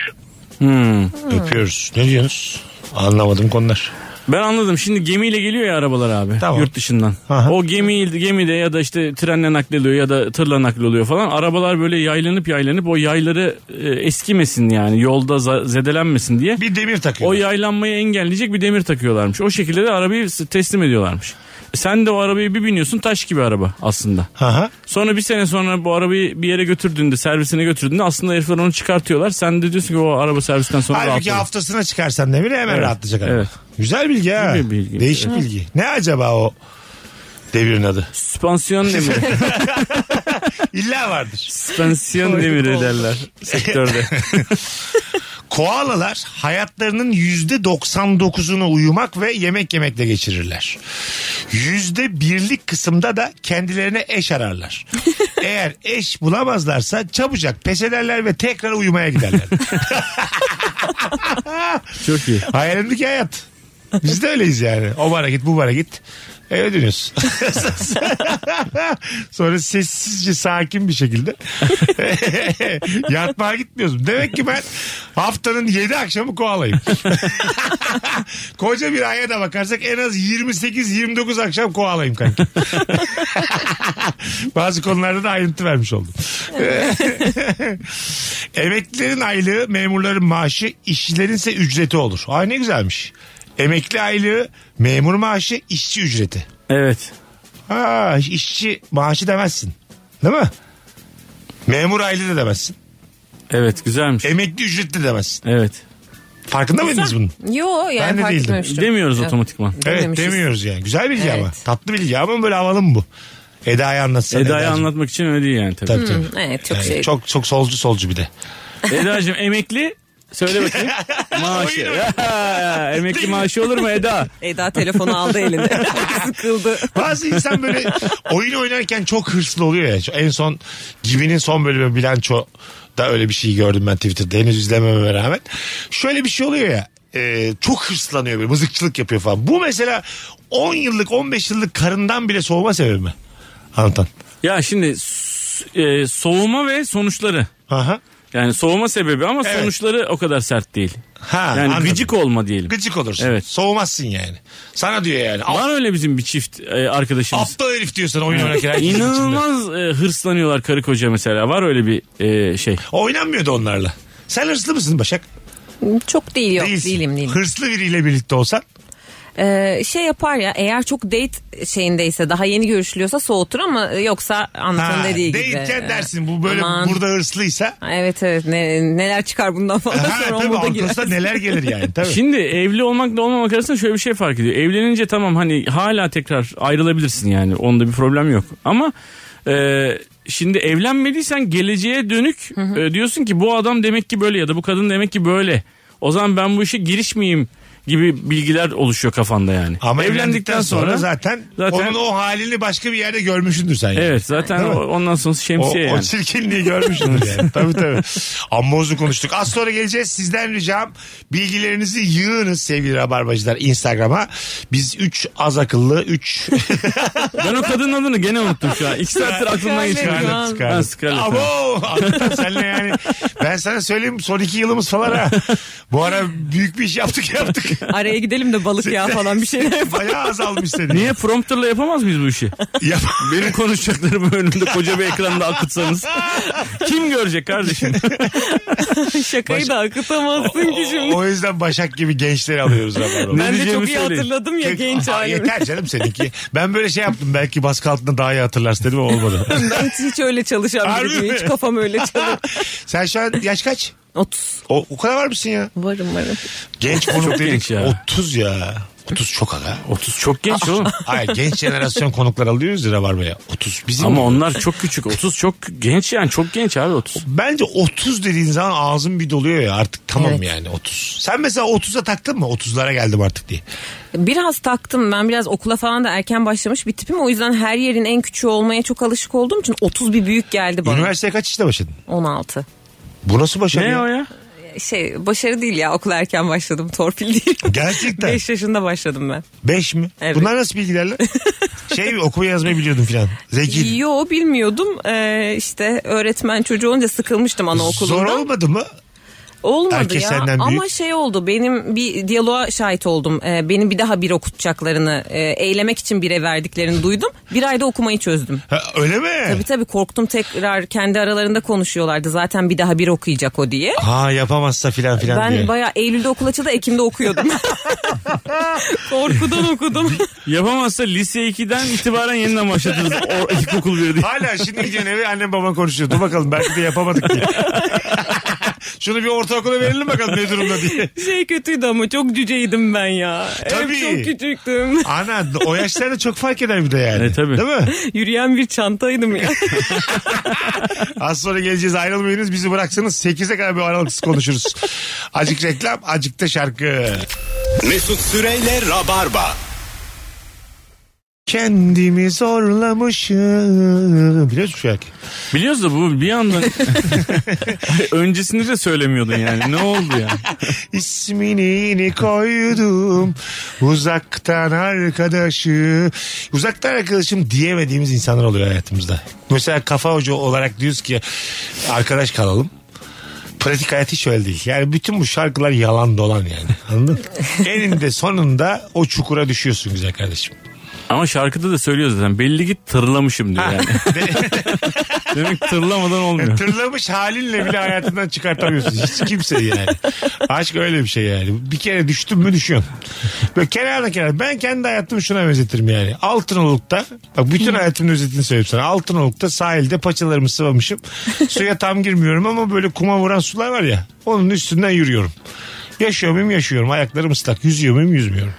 Speaker 3: Hmm. Öpüyoruz. Ne diyorsunuz? Anlamadım konular.
Speaker 5: Ben anladım. Şimdi gemiyle geliyor ya arabalar abi.
Speaker 3: Tamam.
Speaker 5: Yurt dışından.
Speaker 3: Aha.
Speaker 5: O gemi, gemide ya da işte trenle naklediyor ya da tırla naklediyor falan. Arabalar böyle yaylanıp yaylanıp o yayları e, eskimesin yani. Yolda za- zedelenmesin diye.
Speaker 3: Bir demir takıyor.
Speaker 5: O yaylanmayı engelleyecek bir demir takıyorlarmış. O şekilde de arabayı s- teslim ediyorlarmış. E Sen de o arabayı bir biniyorsun taş gibi araba aslında.
Speaker 3: Aha.
Speaker 5: Sonra bir sene sonra bu arabayı bir yere götürdüğünde servisine götürdüğünde aslında herifler onu çıkartıyorlar. Sen de diyorsun ki o araba servisten sonra
Speaker 3: Halbuki
Speaker 5: rahatladı.
Speaker 3: haftasına çıkarsan demiri hemen
Speaker 5: Evet,
Speaker 3: rahatlayacak adam.
Speaker 5: evet.
Speaker 3: Güzel bilgi ha.
Speaker 5: Güzel bilgi.
Speaker 3: Değişik bilgi. Ne acaba o demirin adı?
Speaker 5: Süspansiyon demiri.
Speaker 3: İlla vardır.
Speaker 5: Süspansiyon demiri derler sektörde.
Speaker 3: Koalalar hayatlarının yüzde 99'unu uyumak ve yemek yemekle geçirirler. Yüzde birlik kısımda da kendilerine eş ararlar. Eğer eş bulamazlarsa çabucak pes ederler ve tekrar uyumaya giderler.
Speaker 5: Çok iyi.
Speaker 3: Hayalimdeki hayat. Biz de öyleyiz yani. O bara git bu bara git. Eve dönüyoruz. Sonra sessizce sakin bir şekilde yatmaya gitmiyoruz. Demek ki ben haftanın 7 akşamı koalayım. Koca bir aya da bakarsak en az 28-29 akşam koalayım kanki. Bazı konularda da ayrıntı vermiş oldum. Emeklilerin aylığı, memurların maaşı, işçilerin ise ücreti olur. Ay ne güzelmiş. Emekli aylığı, memur maaşı, işçi ücreti.
Speaker 5: Evet.
Speaker 3: Ha, işçi maaşı demezsin. Değil mi? Memur aylığı da demezsin.
Speaker 5: Evet güzelmiş.
Speaker 3: Emekli ücreti de demezsin.
Speaker 5: Evet.
Speaker 3: Farkında mıydınız bunun?
Speaker 4: Yo yani
Speaker 3: Ben de
Speaker 4: fark
Speaker 3: değildim.
Speaker 4: etmemiştim.
Speaker 5: Demiyoruz
Speaker 4: Evet.
Speaker 5: otomatikman.
Speaker 3: Evet
Speaker 4: Dememişiz.
Speaker 3: demiyoruz yani. Güzel bilgi
Speaker 4: Evet.
Speaker 3: ama. Tatlı bilgi ama böyle havalı mı bu? Eda'yı anlatsan.
Speaker 5: Eda'yı
Speaker 3: Eda'cığım.
Speaker 5: anlatmak için öyle değil yani tabii.
Speaker 3: Tabii, tabii.
Speaker 4: Evet çok
Speaker 3: Yani
Speaker 4: şey.
Speaker 3: çok çok solcu solcu bir de.
Speaker 5: Eda'cığım emekli söyle bakayım. Maaşı. Ya, emekli maaşı olur mu Eda?
Speaker 4: Eda telefonu aldı eline. Sıkıldı.
Speaker 3: Bazı insan böyle oyun oynarken çok hırslı oluyor ya. Şu En son Gibi'nin son bölümü bilanço da öyle bir şey gördüm ben Twitter'da henüz izlememe rağmen. Şöyle bir şey oluyor ya. e, çok hırslanıyor böyle mızıkçılık yapıyor falan. Bu mesela 10 yıllık 15 yıllık karından bile soğuma sebebi mi? Anlatan.
Speaker 5: Ya şimdi s- e, soğuma ve sonuçları.
Speaker 3: Aha.
Speaker 5: Yani soğuma sebebi ama
Speaker 3: Evet.
Speaker 5: sonuçları o kadar sert değil.
Speaker 3: Ha,
Speaker 5: Yani
Speaker 3: anladım.
Speaker 5: gıcık olma diyelim.
Speaker 3: Gıcık olursun.
Speaker 5: Evet.
Speaker 3: Soğumazsın yani. Sana diyor yani. "Ap-
Speaker 5: Var öyle bizim bir çift e, arkadaşımız.
Speaker 3: Aptal herif diyorsun oyun oynarken. herkesin içinde.
Speaker 5: İnanılmaz e, hırslanıyorlar karı koca mesela. Var öyle bir e, şey.
Speaker 3: Oynanmıyordu onlarla. Sen hırslı mısın Başak?
Speaker 4: Çok değil yok
Speaker 3: Değilsin.
Speaker 4: değilim değilim.
Speaker 3: Hırslı biriyle birlikte olsan.
Speaker 4: Ee, şey yapar ya eğer çok date şeyindeyse daha yeni görüşülüyorsa soğutur ama e, yoksa anlatan
Speaker 3: Ha,
Speaker 4: dediği gibi.
Speaker 3: değilken
Speaker 4: Ee,
Speaker 3: dersin bu böyle
Speaker 4: aman.
Speaker 3: burada hırslıysa.
Speaker 4: Evet evet ne- neler çıkar bundan falan
Speaker 3: Ha,
Speaker 4: sonra
Speaker 3: tabii
Speaker 4: omurda
Speaker 3: aklınızda
Speaker 4: girer.
Speaker 3: neler gelir yani tabii.
Speaker 5: Şimdi evli olmakla olmamak arasında şöyle bir şey fark ediyor. Evlenince tamam hani hala tekrar ayrılabilirsin yani. Onda bir problem yok. Ama e, şimdi evlenmediysen geleceğe dönük e, diyorsun ki bu adam demek ki böyle ya da bu kadın demek ki böyle. O zaman ben bu işe girişmeyeyim gibi bilgiler oluşuyor kafanda yani.
Speaker 3: Ama evlendikten sonra, zaten,
Speaker 5: zaten-
Speaker 3: onun o halini başka bir yerde görmüşsündür sen. yani.
Speaker 5: Evet zaten
Speaker 3: Değil mi?
Speaker 5: o- ondan sonrası
Speaker 3: O,
Speaker 5: şemsiye
Speaker 3: o şey-
Speaker 5: yani.
Speaker 3: çirkinliği görmüşsündür yani. tabii tabii. Amma uzun konuştuk. Az sonra geleceğiz. Sizden ricam bilgilerinizi yığınız sevgili rabarbacılar Instagram'a. Biz 3 az akıllı 3
Speaker 5: Ben o kadının adını gene unuttum şu an. İki saattir aklımdan
Speaker 4: Scarlett
Speaker 5: geçiyor.
Speaker 4: Johansson.
Speaker 5: Ben Scarlett.
Speaker 3: Abo! Hakikaten senle yani. Ben sana söyleyeyim son iki yılımız falan ha. Bu ara büyük bir iş yaptık yaptık.
Speaker 4: Araya gidelim de balık yağı falan bir şeyler yapalım.
Speaker 3: Bayağı azalmış seni.
Speaker 5: Niye prompterla yapamaz mıyız bu işi?
Speaker 3: Yap-
Speaker 5: Benim konuşacaklarımı önünde koca bir ekranda akıtsanız. Kim görecek kardeşim?
Speaker 4: Şakayı da akıtamazsın ki şimdi.
Speaker 3: o yüzden Başak gibi gençleri alıyoruz Rabarba'da.
Speaker 5: Ne
Speaker 4: ben de
Speaker 5: diyeceğimi
Speaker 4: çok iyi
Speaker 5: söyleyin.
Speaker 4: hatırladım ya genç
Speaker 3: Aa,
Speaker 4: halimi.
Speaker 3: Yeter canım seninki. Ben böyle şey yaptım belki baskı altında daha iyi hatırlarsın dedim ama olmadı.
Speaker 4: Ben hiç, hiç öyle çalışan
Speaker 3: Harbi
Speaker 4: biri değilim.
Speaker 3: mi?
Speaker 4: Hiç kafam öyle çalışıyor.
Speaker 3: Sen şu an yaş kaç?
Speaker 4: 30.
Speaker 3: O, o kadar var mısın ya?
Speaker 4: Varım varım.
Speaker 3: Genç konuk dedik.
Speaker 5: genç ya.
Speaker 3: 30 ya. 30 çok aga.
Speaker 5: 30 çok genç oğlum.
Speaker 3: Hayır genç jenerasyon konuklar alıyoruz ya Rabarba'ya. 30 bizim.
Speaker 5: Ama onlar çok küçük. 30 çok genç yani. Çok genç abi 30.
Speaker 3: Bence 30 dediğin zaman ağzım bir doluyor ya artık tamam
Speaker 4: Evet.
Speaker 3: yani 30. Sen mesela 30'a taktın mı? 30'lara geldim artık diye.
Speaker 4: Biraz taktım ben biraz okula falan da erken başlamış bir tipim. O yüzden her yerin en küçüğü olmaya çok alışık olduğum için 30 bir büyük geldi bana.
Speaker 3: Üniversiteye kaç yaşında başladın?
Speaker 4: 16.
Speaker 3: Bu nasıl başarı?
Speaker 5: Ne
Speaker 3: ya?
Speaker 5: o ya?
Speaker 4: Şey başarı değil ya okula erken başladım torpil değil.
Speaker 3: Gerçekten. 5
Speaker 4: 5 yaşında başladım ben.
Speaker 3: mi?
Speaker 4: Evet.
Speaker 3: Bunlar nasıl bilgilerle? şey mi okuma yazmayı biliyordun filan. Zeki.
Speaker 4: Yo bilmiyordum ee, işte öğretmen çocuğu olunca sıkılmıştım anaokulunda.
Speaker 3: Zor olmadı mı?
Speaker 4: Olmadı
Speaker 3: Herkes
Speaker 4: ya
Speaker 3: senden
Speaker 4: ama
Speaker 3: büyük.
Speaker 4: şey oldu benim bir diyaloğa şahit oldum. Ee, benim bir daha bir okutacaklarını e, eylemek için bire verdiklerini duydum. Bir ayda okumayı çözdüm.
Speaker 3: Ha, öyle mi?
Speaker 4: Tabii tabii korktum tekrar kendi aralarında konuşuyorlardı zaten bir daha bir okuyacak o diye.
Speaker 3: Ha yapamazsa filan filan
Speaker 4: Ben
Speaker 3: diye.
Speaker 4: bayağı Eylül'de okul açıldı Ekim'de okuyordum. Korkudan okudum.
Speaker 5: Yapamazsa lise 2'den itibaren yeniden başladınız. O ilkokul 1 diye.
Speaker 3: Hala şimdi gidiyorsun eve annem baban konuşuyor. Dur bakalım belki de yapamadık diye. Şunu bir ortaokula verelim bakalım ne durumda diye.
Speaker 4: Şey kötüydü ama çok cüceydim ben ya.
Speaker 3: Tabii.
Speaker 4: Hep çok küçüktüm.
Speaker 3: Ana o yaşlarda çok fark eder bir de yani.
Speaker 5: E, tabii.
Speaker 3: Değil mi?
Speaker 4: Yürüyen bir çantaydım ya.
Speaker 3: Az sonra geleceğiz ayrılmayınız bizi bıraksanız 8'e kadar bir aralıksız konuşuruz. Acık reklam acık da şarkı.
Speaker 2: Mesut Süreyle Rabarba.
Speaker 3: Kendimi zorlamışım. Biliyor musun şu şarkı?
Speaker 5: Biliyoruz da bu bir yandan öncesini de söylemiyordun yani. Ne oldu ya?
Speaker 3: İsmini yeni koydum uzaktan arkadaşı. Uzaktan arkadaşım diyemediğimiz insanlar oluyor hayatımızda. Mesela kafa hoca olarak diyoruz ki arkadaş kalalım. Pratik hayat hiç öyle değil. Yani bütün bu şarkılar yalan dolan yani. Anladın mı? Eninde sonunda o çukura düşüyorsun güzel kardeşim.
Speaker 5: Ama şarkıda da söylüyor zaten. Belli ki tırlamışım diyor yani. Demek ki tırlamadan olmuyor.
Speaker 3: Tırlamış halinle bile hayatından çıkartamıyorsun. Hiç kimseyi yani. Aşk öyle bir şey yani. Bir kere düştün mü düşüyorsun. Böyle kenarda kenar. Ben kendi hayatımı şuna benzetirim yani. Altınoluk'ta bak bütün hayatımın özetini söyleyeyim sana. Altınoluk'ta sahilde paçalarımı sıvamışım. Suya tam girmiyorum ama böyle kuma vuran sular var ya. Onun üstünden yürüyorum. Yaşıyor muyum yaşıyorum. Ayaklarım ıslak. Yüzüyor muyum yüzmüyorum.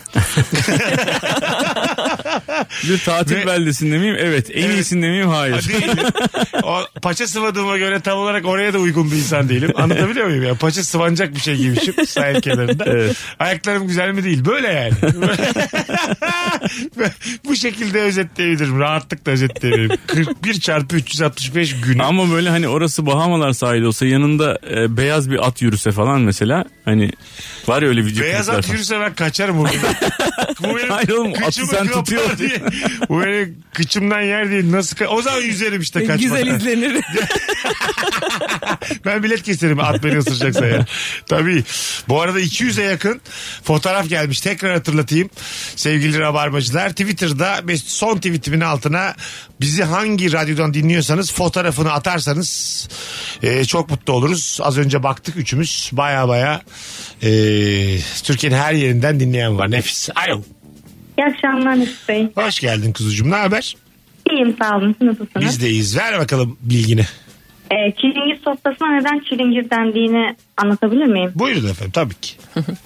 Speaker 5: Bir tatil
Speaker 3: Ve-
Speaker 5: beldesinde miyim? Evet. En
Speaker 3: Evet.
Speaker 5: iyisinde miyim? Hayır.
Speaker 3: Değilim. O paça sıvadığıma göre tam olarak oraya da uygun bir insan değilim. Anlatabiliyor muyum ya? Paça sıvanacak bir şey giymişim sahil kenarında. Ayaklarım güzel mi değil. Böyle yani. Bu şekilde özetleyebilirim. Rahatlıkla özetleyebilirim. 41 çarpı 365 günü.
Speaker 5: Ama böyle hani orası Bahamalar sahili olsa yanında e, beyaz bir at yürüse falan mesela hani Var ya öyle video
Speaker 3: Beyaz
Speaker 5: klipler
Speaker 3: at
Speaker 5: falan.
Speaker 3: yürüse ben kaçarım o gün. Bu benim
Speaker 5: Hayır oğlum, atı
Speaker 3: kıçımı
Speaker 5: sen
Speaker 3: kapar
Speaker 5: tutuyorsun.
Speaker 3: diye. Bu benim kıçımdan yer diye nasıl ka- O zaman yüzerim işte kaçmadan.
Speaker 4: Güzel izlenir.
Speaker 3: Ben bilet keserim at beni ısıracaksa eğer. Tabii. Bu arada 200'e yakın fotoğraf gelmiş. Tekrar hatırlatayım. Sevgili Rabarbacılar Twitter'da mes- son tweetimin altına bizi hangi radyodan dinliyorsanız fotoğrafını atarsanız e, çok mutlu oluruz. Az önce baktık üçümüz baya baya e, Türkiye'nin her yerinden dinleyen var. Nefis. Alo.
Speaker 7: İyi akşamlar Mesut Bey.
Speaker 3: Hoş geldin kuzucuğum. Ne haber?
Speaker 7: İyiyim sağ olun. Siz Nasılsınız?
Speaker 3: Biz deyiz. Ver bakalım bilgini.
Speaker 7: Ee, çilingir sofrasına neden çilingir dendiğini anlatabilir miyim?
Speaker 3: Buyurun efendim tabii ki.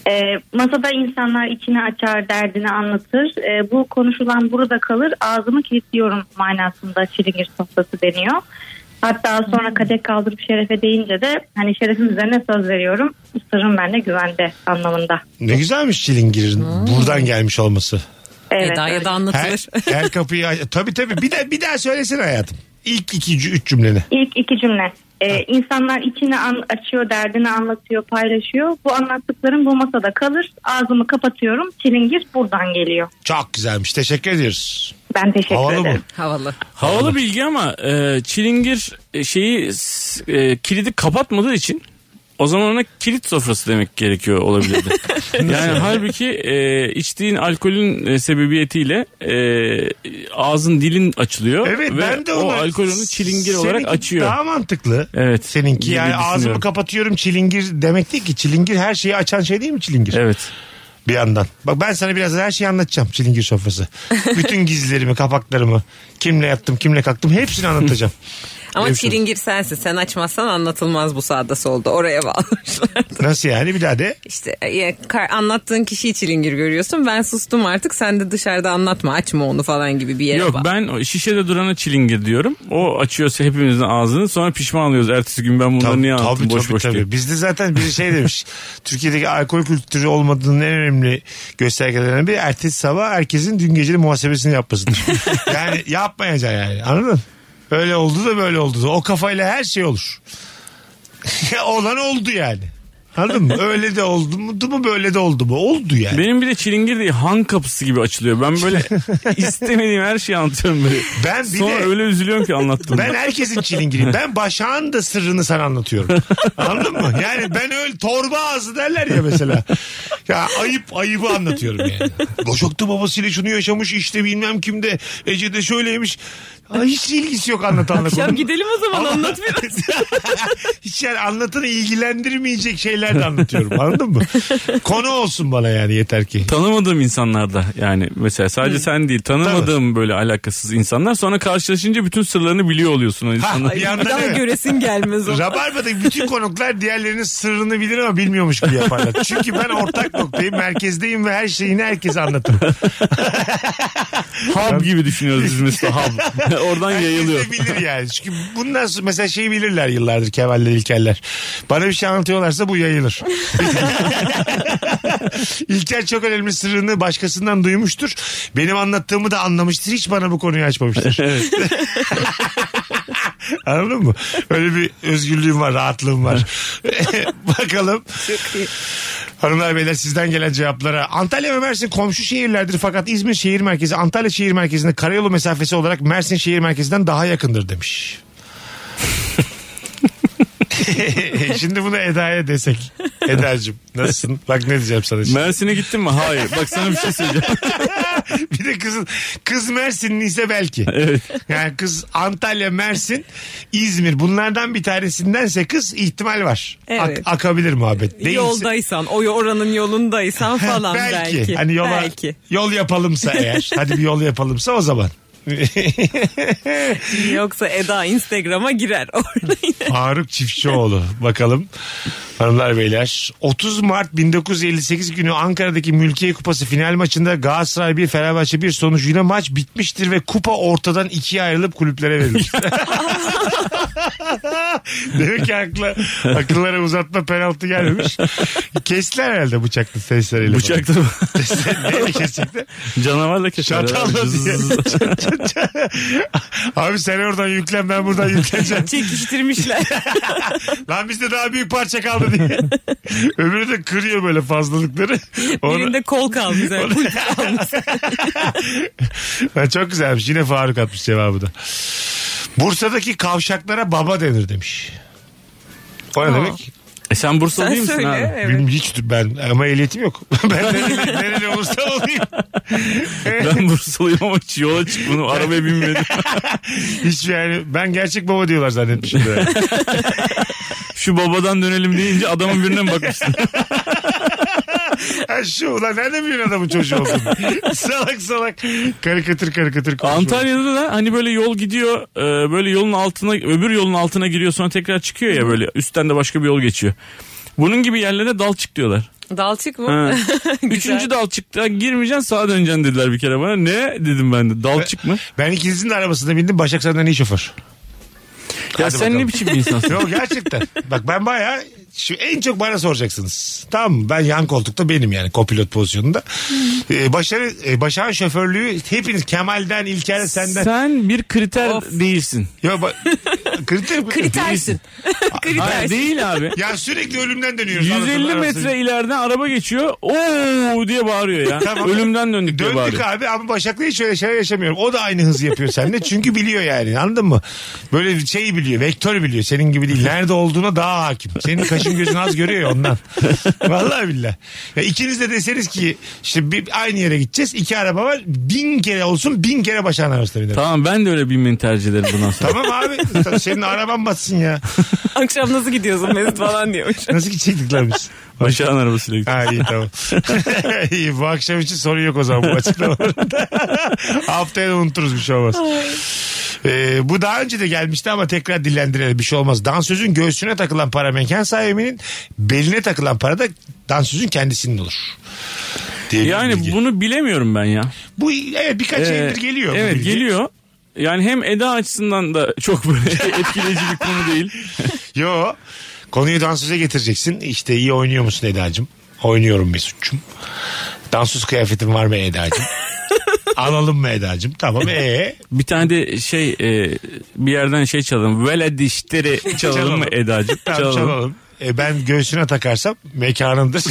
Speaker 7: Ee, masada insanlar içini açar, derdini anlatır. Ee, bu konuşulan burada kalır, ağzımı kilitliyorum manasında çilingir sofrası deniyor. Hatta sonra kadeh kaldırıp şerefe deyince de hani şerefin üzerine söz veriyorum. Sırrım bende güvende anlamında.
Speaker 3: Ne güzelmiş çilingirin buradan gelmiş olması.
Speaker 7: Evet.
Speaker 4: Eda'ya da
Speaker 3: Her,
Speaker 4: anlatılır.
Speaker 3: her kapıyı aç- tabii tabii bir de bir daha söylesene hayatım. İlk iki üç cümleni.
Speaker 7: İlk iki cümle. Ee, insanlar içini an- açıyor, derdini anlatıyor, paylaşıyor. Bu anlattıklarım bu masada kalır. Ağzımı kapatıyorum. Çilingir buradan geliyor.
Speaker 3: Çok güzelmiş. Teşekkür ediyoruz.
Speaker 7: Ben teşekkür
Speaker 3: Havalı mı?
Speaker 7: ederim.
Speaker 4: Havalı.
Speaker 5: Havalı bilgi ama e, çilingir e, şeyi s- e, kilidi kapatmadığı için o zaman ona kilit sofrası demek gerekiyor olabilirdi. yani halbuki e, içtiğin alkolün e, sebebiyetiyle e, ağzın dilin açılıyor
Speaker 3: Evet
Speaker 5: ve
Speaker 3: ben de
Speaker 5: o
Speaker 3: ona-
Speaker 5: alkol onu çilingir olarak
Speaker 3: Seninki
Speaker 5: açıyor.
Speaker 3: Daha mantıklı.
Speaker 5: Evet.
Speaker 3: Seninki
Speaker 5: Gibi
Speaker 3: yani ağzımı
Speaker 5: düşünüyorum.
Speaker 3: kapatıyorum çilingir demek değil ki. Çilingir her şeyi açan şey değil mi çilingir?
Speaker 5: Evet.
Speaker 3: Bir yandan. Bak ben sana biraz her şeyi anlatacağım çilingir sofrası. Bütün gizlerimi, kapaklarımı, kimle yattım, kimle kalktım hepsini anlatacağım.
Speaker 4: Ama
Speaker 3: Hepsini.
Speaker 4: çilingir sensin. Sen açmazsan anlatılmaz bu sağda solda. Oraya bağlamışlar.
Speaker 3: Nasıl yani bir daha de.
Speaker 4: İşte e, kar- anlattığın kişiyi çilingir görüyorsun. Ben sustum artık. Sen de dışarıda anlatma. Açma onu falan gibi bir yere
Speaker 5: Yok
Speaker 4: bak.
Speaker 5: ben o şişede durana çilingir diyorum. O açıyorsa hepimizin ağzını sonra pişman oluyoruz. Ertesi gün ben bunları
Speaker 3: Tabii,
Speaker 5: niye anlattım
Speaker 3: tabii,
Speaker 5: boş
Speaker 3: tabii,
Speaker 5: boş
Speaker 3: tabii.
Speaker 5: diye.
Speaker 3: Bizde zaten bir şey demiş. Türkiye'deki alkol kültürü olmadığının en önemli göstergelerinden biri ertesi sabah herkesin dün gecenin muhasebesini yapmasıdır. yani yapmayacaksın yani anladın mı? Öyle oldu da böyle oldu da. O kafayla her şey olur. Olan oldu yani. Anladın mı? Öyle de oldu mu, du mu böyle de oldu mu? Oldu yani.
Speaker 5: Benim bir de çilingir değil han kapısı gibi açılıyor. Ben böyle istemediğim her şeyi anlatıyorum böyle.
Speaker 3: Ben bir
Speaker 5: Sonra
Speaker 3: de-
Speaker 5: öyle üzülüyorum ki anlattım.
Speaker 3: Ben herkesin çilingiriyim. Ben başağın da sırrını sana anlatıyorum. Anladın mı? Yani ben öyle torba ağzı derler ya mesela. Ya ayıp ayıbı anlatıyorum yani. Boşokta babasıyla şunu yaşamış işte bilmem kimde. Ece'de şöyleymiş. Ay, hiç ilgisi yok anlatanla.
Speaker 4: Ya
Speaker 3: konunun.
Speaker 4: gidelim o zaman
Speaker 3: Ama-
Speaker 4: anlat biraz.
Speaker 3: Hiç yani anlatanı ilgilendirmeyecek şeyler de anlatıyorum. Anladın mı? Konu olsun bana yani yeter ki.
Speaker 5: Tanımadığım insanlarda yani mesela sadece sen değil tanımadığım böyle alakasız insanlar sonra karşılaşınca bütün sırlarını biliyor oluyorsun o insanlar.
Speaker 3: bir yandan
Speaker 4: Bir daha
Speaker 3: evet.
Speaker 4: göresin gelmez o.
Speaker 3: Rabarba'daki bütün konuklar diğerlerinin sırrını bilir ama bilmiyormuş gibi yaparlar. Çünkü ben ortak noktayım, merkezdeyim ve her şeyini herkese anlatırım.
Speaker 5: hub gibi düşünüyoruz biz mesela hub. Oradan yayılıyor.
Speaker 3: Herkes de bilir yani. Çünkü bundan sonra mesela şeyi bilirler yıllardır Kemal'ler, İlker'ler. Bana bir şey anlatıyorlarsa bu yayılır. İlker çok önemli sırrını başkasından duymuştur. Benim anlattığımı da anlamıştır. Hiç bana bu konuyu açmamıştır. Anladın mı? Öyle bir özgürlüğüm var, rahatlığım var. Bakalım. Hanımlar beyler sizden gelen cevaplara. Antalya ve Mersin komşu şehirlerdir fakat İzmir şehir merkezi Antalya şehir merkezinde karayolu mesafesi olarak Mersin şehir merkezinden daha yakındır demiş. Şimdi bunu Eda'ya desek. Eda'cığım nasılsın? Bak ne diyeceğim sana şimdi.
Speaker 5: Mersin'e gittin mi? Hayır. Bak sana bir şey söyleyeceğim.
Speaker 3: bir de kızın kız Mersinli ise belki. Yani kız Antalya, Mersin, İzmir bunlardan bir tanesindense kız ihtimal var.
Speaker 4: Evet.
Speaker 3: Ak- akabilir muhabbet. Değilse,
Speaker 4: Yoldaysan, o oranın yolundaysan falan belki.
Speaker 3: belki. Hani yola,
Speaker 4: Belki.
Speaker 3: yol yapalımsa eğer. Hadi bir yol yapalımsa o zaman.
Speaker 4: Yoksa Eda Instagram'a girer. Orada yine.
Speaker 3: Faruk Çiftçioğlu bakalım. Hanımlar beyler 30 Mart 1958 günü Ankara'daki Mülkiye Kupası final maçında Galatasaray 1 Fenerbahçe 1 sonucuyla maç bitmiştir ve kupa ortadan ikiye ayrılıp kulüplere verilir. Demek ki akla, akıllara uzatma penaltı gelmemiş. Kestiler herhalde bıçaklı sesleriyle.
Speaker 5: Bıçakla
Speaker 3: Neyle kesecekler?
Speaker 5: canavarla keser.
Speaker 3: Çatalla diye. Abi sen oradan yüklen ben buradan yükleneceğim.
Speaker 4: Çekiştirmişler.
Speaker 3: Lan bizde daha büyük parça kaldı diye. Öbürü de kırıyor böyle fazlalıkları. Onu-
Speaker 4: Birinde kol kalmış. Yani. kulp kalmış.
Speaker 3: Ha, çok güzelmiş. Yine Faruk atmış cevabı da. Bursa'daki kavşaklara baba denir demiş. O ne demek?
Speaker 5: E sen Bursalı
Speaker 4: Sen
Speaker 5: değil misin
Speaker 4: söyle.
Speaker 5: abi?
Speaker 4: Evet.
Speaker 3: Benim hiç ben ama ehliyetim yok. ben nereli, nereli olursa olayım.
Speaker 5: Ben Bursalıyım ama hiç yola çıkmadım. Arabaya binmedim.
Speaker 3: Hiç yani ben gerçek baba diyorlar zannetmişim. böyle.
Speaker 5: Şu babadan dönelim deyince adamın birine mi bakmışsın?
Speaker 3: Ha şu ulan nereden biliyorsun adamın çocuğu olduğunu? salak salak karikatür karikatür konuşma.
Speaker 5: Antalya'da da hani böyle yol gidiyor e, böyle yolun altına öbür yolun altına giriyor sonra tekrar çıkıyor ya böyle üstten de başka bir yol geçiyor. Bunun gibi yerlere dalçık diyorlar.
Speaker 4: Dalçık
Speaker 5: Ha.
Speaker 4: mı? Güzel.
Speaker 5: Üçüncü dalçıkta girmeyeceksin sağa döneceksin dediler bir kere bana. Ne dedim ben de dalçık mı?
Speaker 3: Ben ikinizin de arabasına bindim Başakşehir'den iyi şoför.
Speaker 5: ya
Speaker 3: Hadi
Speaker 5: sen
Speaker 3: bakalım.
Speaker 5: ne biçim bir insansın?
Speaker 3: Yok gerçekten. Bak ben baya şu en çok bana soracaksınız. Tamam mı? ben yan koltukta benim yani kopilot pozisyonunda.
Speaker 5: Hmm.
Speaker 3: Ee, başarı, e, başarı şoförlüğü hepiniz Kemal'den, İlker'den, senden.
Speaker 5: sen bir kriter
Speaker 4: Of.
Speaker 5: değilsin.
Speaker 3: Ya bak, kriter mi?
Speaker 4: Kritersin.
Speaker 5: Hayır,
Speaker 4: Kritersin.
Speaker 5: değil abi.
Speaker 3: Ya sürekli ölümden dönüyoruz. anasını
Speaker 5: 150
Speaker 3: arasını.
Speaker 5: metre ileriden araba geçiyor. Oo diye bağırıyor ya.
Speaker 3: Tamam.
Speaker 5: Ölümden döndük diye
Speaker 3: Döndük
Speaker 5: bağırıyor.
Speaker 3: abi ama Başak'la hiç öyle şeyler yaşamıyorum. O da aynı hızı yapıyor seninle. Çünkü biliyor yani anladın mı? Böyle bir şeyi biliyor. Vektör biliyor. Senin gibi değil. Nerede olduğuna daha hakim. Senin kaşın gözün az görüyor ya ondan. Vallahi billah. Ya ikiniz de deseniz ki işte bir, aynı yere gideceğiz. İki araba var. Bin kere olsun bin kere Başak'ın arasında binerim.
Speaker 5: Tamam ben de öyle binmeyi tercih ederim bundan sonra.
Speaker 3: Tamam abi. Senin araban batsın ya.
Speaker 4: Akşam nasıl gidiyorsun Mesut falan diyormuş.
Speaker 3: Nasıl gidecektik lan biz?
Speaker 5: Başak'ın arabasıyla gidiyor.
Speaker 3: Ha iyi tamam. iyi, bu akşam için sorun yok o zaman bu açıklamalarda. Haftaya da unuturuz bir şey olmaz. Ee, bu daha önce de gelmişti ama tekrar dillendirelim bir şey olmaz. Dansözün göğsüne takılan para mekan sahibinin beline takılan para da dansözün kendisinin olur. Diye bir
Speaker 5: Yani
Speaker 3: bilgi.
Speaker 5: bunu bilemiyorum ben ya.
Speaker 3: bu evet birkaç
Speaker 5: Ee,
Speaker 3: aydır geliyor. bu
Speaker 5: Evet
Speaker 3: bilgi.
Speaker 5: geliyor. Yani hem Eda açısından da çok böyle etkileyici bir konu değil.
Speaker 3: Yo. Konuyu dansöze getireceksin. İşte iyi oynuyor musun Eda'cığım? Oynuyorum Mesut'cum. Dansöz kıyafetin var mı Eda'cığım? Alalım mı Eda'cığım? Tamam ee?
Speaker 5: Bir tane de şey e, bir yerden şey çalalım. Vele dişleri çalalım mı Eda'cığım?
Speaker 3: Tamam, çalalım. E, ben göğsüne takarsam mekanımdır.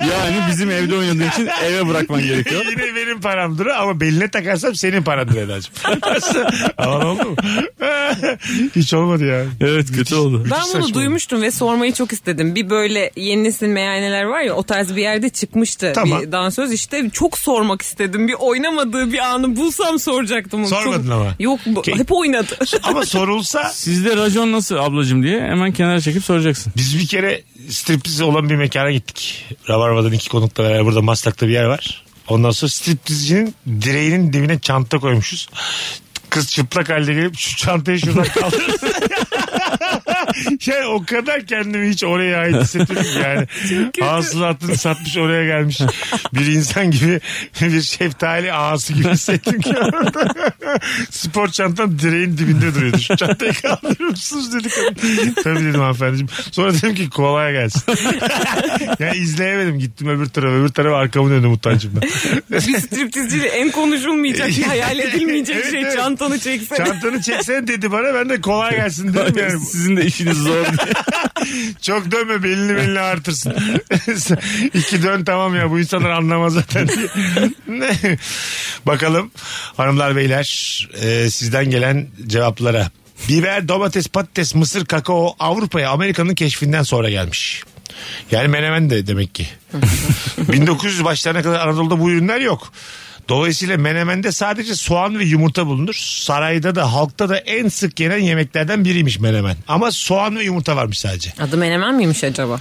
Speaker 5: Yani bizim evde oynadığın için eve bırakman gerekiyor.
Speaker 3: Yine benim paramdır ama beline takarsam senin parandır Eda'cığım. Nasıl? Aman oldu mu? Hiç olmadı ya.
Speaker 5: Evet kötü oldu.
Speaker 4: Ben
Speaker 3: Saçma
Speaker 4: bunu
Speaker 3: oldu.
Speaker 4: duymuştum ve sormayı çok istedim. Bir böyle yeni nesil meyhaneler var ya o tarz bir yerde çıkmıştı
Speaker 3: Tamam.
Speaker 4: bir dansöz. işte çok sormak istedim. Bir oynamadığı bir anı bulsam soracaktım. onu.
Speaker 3: Sormadın
Speaker 4: Çok-
Speaker 3: ama.
Speaker 4: Yok bu-
Speaker 3: Okey.
Speaker 4: hep oynadı.
Speaker 3: Ama sorulsa
Speaker 5: Sizde racon nasıl ablacığım diye hemen kenara çekip soracaksın.
Speaker 3: Biz bir kere striptiz olan bir mekana gittik. Rabarba'dan iki konukla beraber burada Maslak'ta bir yer var. Ondan sonra striptizcinin direğinin dibine çanta koymuşuz. Kız çıplak halde gelip şu çantayı şuradan kaldır. yani o kadar kendimi hiç oraya ait hissetmedim ki yani. Hasılatını satmış oraya gelmiş. Bir insan gibi bir şeftali ağası gibi hissettim ki orada. Spor çantam direğin dibinde duruyordu. Şu çantayı kaldırır mısınız dedi kadın. Tabii dedim hanımefendiciğim. Sonra dedim ki kolay gelsin. ya izleyemedim gittim öbür tarafa. Öbür tarafa arkamı döndüm utancımdan.
Speaker 4: bir striptizciyle en konuşulmayacak, hayal edilmeyecek
Speaker 3: Evet,
Speaker 4: şey
Speaker 3: evet.
Speaker 4: çantanı çeksene.
Speaker 3: Çantanı çeksene dedi bana ben de kolay gelsin dedim yani.
Speaker 5: Sizin de işiniz zor.
Speaker 3: Çok dönme belini belini artırsın. İki dön tamam ya bu insanlar anlamaz zaten. ne? Bakalım hanımlar beyler e, sizden gelen cevaplara. Biber, domates, patates, mısır, kakao Avrupa'ya Amerika'nın keşfinden sonra gelmiş. Yani menemen de demek ki. 1900 başlarına kadar Anadolu'da bu ürünler yok. Dolayısıyla menemende sadece soğan ve yumurta bulunur. Sarayda da halkta da en sık yenen yemeklerden biriymiş menemen. Ama soğan ve yumurta varmış sadece.
Speaker 4: Adı Menemen miymiş acaba?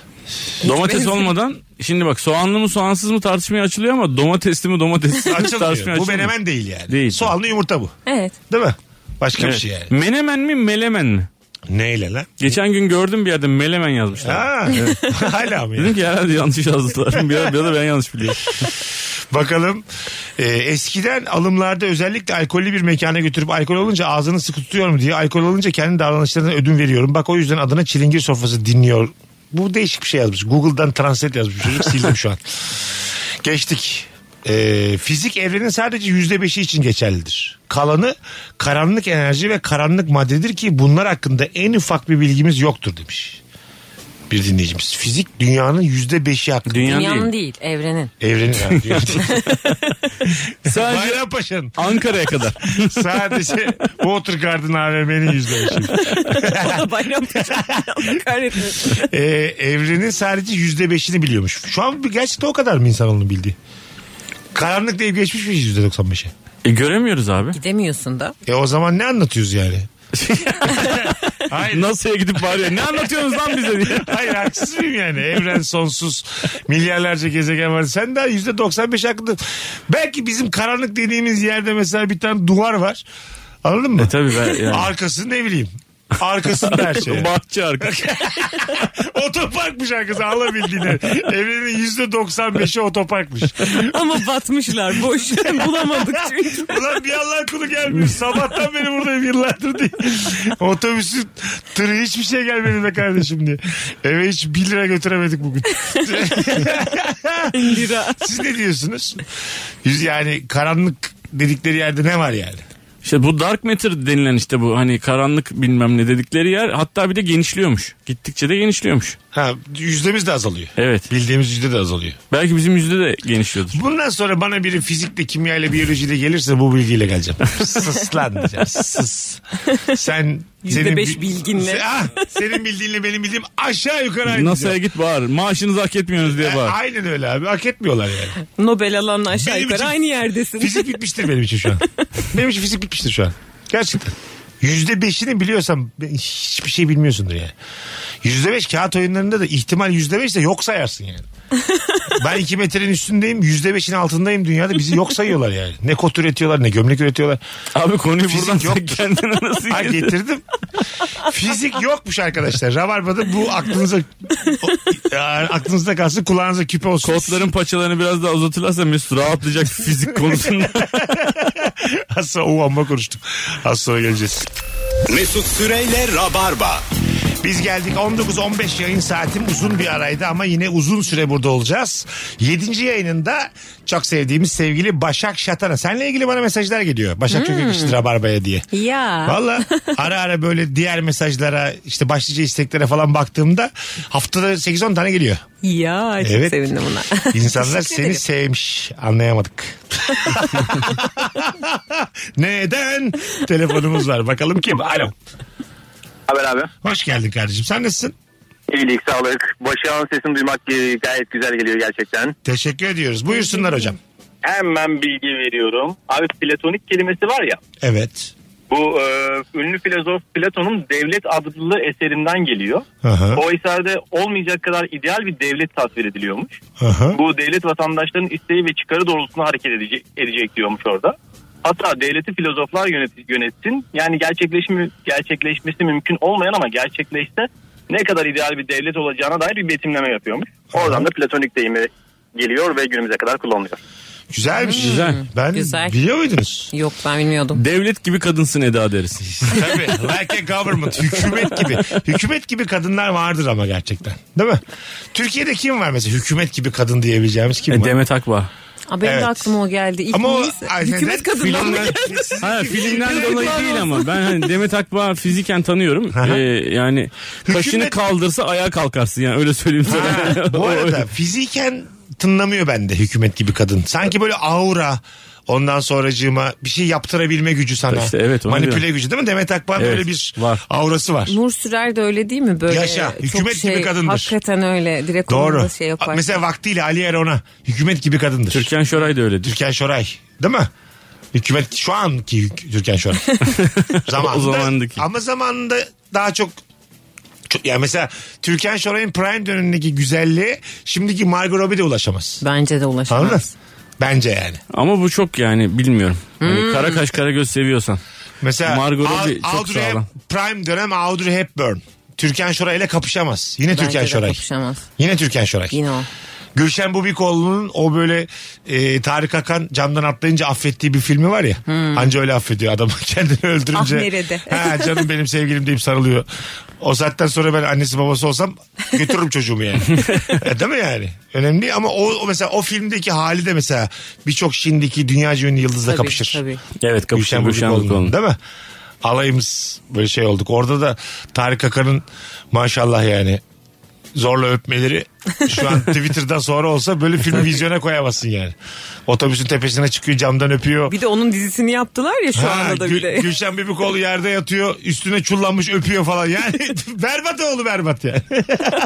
Speaker 5: Domates olmadan şimdi bak soğanlı mı soğansız mı tartışmaya açılıyor ama domatesli mi domatessiz mi tartışmaya
Speaker 3: Açılmıyor. Bu
Speaker 5: açılmıyor.
Speaker 3: menemen değil yani.
Speaker 5: Değil.
Speaker 3: Soğanlı yumurta bu.
Speaker 4: Evet.
Speaker 3: Değil mi? Başka
Speaker 5: Evet.
Speaker 3: bir şey yani.
Speaker 5: Menemen mi melemen mi?
Speaker 3: Neyle lan?
Speaker 5: Geçen gün gördüm bir yerde melemen yazmışlar.
Speaker 3: Ha, hala mı? ya?
Speaker 5: Dedim ki herhalde yanlış yazdılar. bir ara, bir ara ben yanlış biliyorum.
Speaker 3: Bakalım. Ee, eskiden alımlarda özellikle alkollü bir mekana götürüp alkol olunca ağzını sıkı tutuyorum diye alkol olunca kendi davranışlarına ödün veriyorum. Bak o yüzden adına çilingir sofrası dinliyor. Bu değişik bir şey yazmış. Google'dan translate yazmış. Çocuk sildim şu an. Geçtik. e, fizik evrenin sadece yüzde beşi için geçerlidir. Kalanı karanlık enerji ve karanlık maddedir ki bunlar hakkında en ufak bir bilgimiz yoktur demiş. Bir dinleyicimiz. Fizik dünyanın yüzde beşi hakkında.
Speaker 5: Dünya
Speaker 4: Dünyanın
Speaker 5: değil.
Speaker 4: değil evrenin.
Speaker 3: Evrenin ha, dünya değil.
Speaker 5: Sadece
Speaker 3: Bayrampaşa'nın
Speaker 5: Ankara'ya kadar.
Speaker 3: sadece Watergarden AVM'nin yüzde beşi.
Speaker 4: Bayram Allah kahretmesin.
Speaker 3: Ee, evrenin sadece yüzde beşini biliyormuş. Şu an bir- gerçekten o kadar mı insan onu bildi? Karanlık deyip geçmiş miyiz yüzde doksan beşe?
Speaker 5: E, göremiyoruz abi.
Speaker 4: Gidemiyorsun da.
Speaker 3: E o zaman ne anlatıyoruz yani? Hayır.
Speaker 5: NASA'ya gidip bağırıyor. Ne anlatıyorsunuz lan bize diye.
Speaker 3: Hayır haksız mıyım yani? Evren sonsuz. Milyarlarca gezegen var. Sen daha yüzde 95 hakkında. Belki bizim karanlık dediğimiz yerde mesela bir tane duvar var. Anladın mı?
Speaker 5: E, tabii ben yani.
Speaker 3: Arkası ne bileyim. Arkasında her şey.
Speaker 5: Bahçe arkası.
Speaker 3: otoparkmış arkası alabildiğine. Evrenin yüzde 95'i otoparkmış.
Speaker 4: Ama batmışlar boş. Bulamadık çünkü.
Speaker 3: Ulan bir Allah kulu gelmiyor. Sabahtan beri buradayım yıllardır diye. Otobüsün tırı hiçbir şey gelmedi be kardeşim diye. Eve hiç 1 lira götüremedik bugün.
Speaker 4: Lira.
Speaker 3: Siz ne diyorsunuz? Yüz- Yani karanlık dedikleri yerde ne var yani?
Speaker 5: İşte bu dark matter denilen işte bu hani karanlık bilmem ne dedikleri yer hatta bir de genişliyormuş. Gittikçe de genişliyormuş.
Speaker 3: Ha, yüzdemiz de azalıyor.
Speaker 5: Evet.
Speaker 3: Bildiğimiz yüzde de azalıyor.
Speaker 5: Belki bizim yüzde de genişliyordur.
Speaker 3: Bundan sonra bana biri fizikle, kimyayla, biyolojiyle gelirse bu bilgiyle geleceğim. Sıs lan diyeceğim. Sıs. Sen senin
Speaker 4: beş
Speaker 3: bi-
Speaker 4: bilginle.
Speaker 3: Se- Ah, senin bildiğinle benim bildiğim aşağı yukarı aynı.
Speaker 5: NASA'ya git bağır. Maaşınızı hak etmiyorsunuz
Speaker 3: E,
Speaker 5: diye bağır.
Speaker 3: Aynen öyle abi. Hak etmiyorlar yani.
Speaker 4: Nobel alanla aşağı
Speaker 3: Benim
Speaker 4: yukarı
Speaker 3: için-
Speaker 4: aynı yerdesin.
Speaker 3: Fizik bitmiştir benim için şu an. Benim için fizik bitmiştir şu an. Gerçekten. Yüzde beşini biliyorsam ben hiçbir şey bilmiyorsundur yani. Yüzde beş kağıt oyunlarında da ihtimal yüzde beş de yok sayarsın yani. ben iki metrenin üstündeyim yüzde beşin altındayım dünyada bizi yok sayıyorlar yani. Ne kot üretiyorlar ne gömlek üretiyorlar.
Speaker 5: Abi konuyu
Speaker 3: Fizik
Speaker 5: buradan sen
Speaker 3: yok.
Speaker 5: kendine nasıl
Speaker 3: Ha
Speaker 5: getirdin?
Speaker 3: getirdim. Fizik yokmuş arkadaşlar. Rabarba'da bu aklınıza o- aklınızda kalsın kulağınıza küpe olsun.
Speaker 5: Kotların paçalarını biraz daha uzatırlarsa Mesut rahatlayacak fizik konusunda.
Speaker 3: Az sonra o amma konuştum. Az sonra geleceğiz.
Speaker 2: Mesut Süreyle Rabarba.
Speaker 3: Biz geldik 19-15 yayın saatim uzun bir araydı ama yine uzun süre burada olacağız. 7. yayınında çok sevdiğimiz sevgili Başak Şatan'a. Seninle ilgili bana mesajlar geliyor. Başak
Speaker 4: Hmm.
Speaker 3: çok yakıştı Rabarba'ya diye.
Speaker 4: Ya.
Speaker 3: Valla ara ara böyle diğer mesajlara işte başlıca isteklere falan baktığımda haftada 8-10 tane geliyor.
Speaker 4: Ya çok
Speaker 3: Evet.
Speaker 4: sevindim buna.
Speaker 3: İnsanlar
Speaker 4: Teşekkür
Speaker 3: seni
Speaker 4: ederim.
Speaker 3: sevmiş. Anlayamadık. Neden? Telefonumuz var. Bakalım kim? Alo.
Speaker 6: Haber abi.
Speaker 3: Hoş geldin kardeşim. Sen nasılsın?
Speaker 6: İyilik, sağlık. Başağın sesini duymak e, gayet güzel geliyor gerçekten.
Speaker 3: Teşekkür ediyoruz. Buyursunlar hocam.
Speaker 8: Hemen bilgi veriyorum. Abi platonik kelimesi var ya.
Speaker 3: Evet.
Speaker 8: Bu e, ünlü filozof Platon'un Devlet adlı eserinden geliyor.
Speaker 3: Aha,
Speaker 8: O eserde olmayacak kadar ideal bir devlet tasvir ediliyormuş.
Speaker 3: aha.
Speaker 8: Bu devlet vatandaşların isteği ve çıkarı doğrultusunda hareket edecek, edecek diyormuş orada. Hatta devleti filozoflar yönet- yönetsin. Yani gerçekleşmi, gerçekleşmesi mümkün olmayan ama gerçekleşse ne kadar ideal bir devlet olacağına dair bir betimleme yapıyormuş. Oradan da platonik deyimi geliyor ve günümüze kadar kullanılıyor.
Speaker 3: Güzelmiş.
Speaker 5: Güzel.
Speaker 3: Ben
Speaker 4: Güzel.
Speaker 3: biliyor muydunuz?
Speaker 4: Yok ben bilmiyordum.
Speaker 5: Devlet gibi kadınsın Eda deriz.
Speaker 3: Tabii. Like a government. Hükümet gibi. Hükümet gibi kadınlar vardır ama gerçekten. Değil mi? Türkiye'de kim var mesela? Hükümet gibi kadın diyebileceğimiz kim
Speaker 5: E,
Speaker 3: var?
Speaker 5: Demet Akbağ.
Speaker 4: Aa, benim
Speaker 3: Evet.
Speaker 4: de aklıma o geldi. İlk
Speaker 3: Ama o
Speaker 4: neyse,
Speaker 3: ay,
Speaker 4: hükümet
Speaker 3: neden?
Speaker 4: kadından mı
Speaker 3: Filmden-
Speaker 4: geldi?
Speaker 5: Ha filmden
Speaker 3: Filmden
Speaker 5: dolayı değil ama ben hani Demet Akbağ'ı fiziken tanıyorum.
Speaker 3: Aha.
Speaker 5: Ee, yani kaşını
Speaker 3: Hükümet-
Speaker 5: kaldır ayağa kalkarsın yani öyle söyleyeyim sana.
Speaker 3: Ha, bu arada fiziken tınlamıyor bende hükümet gibi kadın. Sanki böyle aura ondan sonracığıma bir şey yaptırabilme gücü sana.
Speaker 5: İşte evet, onu
Speaker 3: Manipüle
Speaker 5: diyorum.
Speaker 3: gücü değil mi? Demet Akbağ'ın
Speaker 5: Evet,
Speaker 3: böyle bir
Speaker 5: var.
Speaker 3: aurası var.
Speaker 4: Nur Sürer de öyle değil mi? Böyle
Speaker 3: Yaşa,
Speaker 4: çok
Speaker 3: hükümet gibi
Speaker 4: şey,
Speaker 3: kadındır.
Speaker 4: Hakikaten öyle. Direkt
Speaker 3: Doğru.
Speaker 4: Doğru. şey yapar.
Speaker 3: Mesela vaktiyle Ali Erona hükümet gibi kadındır.
Speaker 5: Türkan Şoray da öyledir.
Speaker 3: Türkan Şoray. Değil mi? Hükümet şu anki hük- Türkan Şoray. zamanında,
Speaker 5: O zamandaki.
Speaker 3: Ama zamanında daha çok çok- yani mesela Türkan Şoray'ın prime dönemindeki güzelliği şimdiki Margot Robbie de ulaşamaz.
Speaker 4: Bence de ulaşamaz.
Speaker 3: Anladın? Bence yani.
Speaker 5: Ama bu çok yani bilmiyorum. Hani
Speaker 3: Hmm.
Speaker 5: kara kaş kara göz seviyorsan.
Speaker 3: Mesela
Speaker 5: Margot
Speaker 3: Al-
Speaker 5: Robbie çok
Speaker 3: Audrey
Speaker 5: sağlam.
Speaker 3: prime dönem Audrey Hepburn. Türkan Şoray ile kapışamaz. Yine
Speaker 4: Bence
Speaker 3: Türkan
Speaker 4: de
Speaker 3: Şoray.
Speaker 4: kapışamaz.
Speaker 3: Yine Türkan Şoray.
Speaker 4: Yine o.
Speaker 3: Gülşen Bubikoğlu'nun o böyle e, Tarık Akan camdan atlayınca affettiği bir filmi var ya. Anca öyle affediyor adamı kendini öldürünce.
Speaker 4: Hmm. Ah nerede?
Speaker 3: Ha, canım benim sevgilim deyip sarılıyor. O saatten sonra ben annesi babası olsam götürürüm çocuğumu yani. E, Değil mi yani? Önemli ama o, o mesela o filmdeki hali de mesela birçok şimdiki dünyaca ünlü yıldızla
Speaker 4: Tabii,
Speaker 3: kapışır.
Speaker 4: tabii.
Speaker 5: Evet kapışan
Speaker 3: Gülşen
Speaker 5: Gülşen
Speaker 3: Bubikoğlu'nun
Speaker 5: Bubikoğlu.
Speaker 3: değil mi? Alayımız böyle şey olduk. Orada da Tarık Akan'ın maşallah yani zorla öpmeleri şu an Twitter'dan sonra olsa böyle filmi vizyona koyamazsın yani. Otobüsün tepesine çıkıyor camdan öpüyor.
Speaker 4: Bir de onun dizisini yaptılar ya şu
Speaker 3: Ha,
Speaker 4: anda da
Speaker 3: Gül-
Speaker 4: bir de.
Speaker 3: Gülşen Bebikoğlu yerde yatıyor üstüne çullanmış öpüyor falan yani berbat oğlu berbat yani.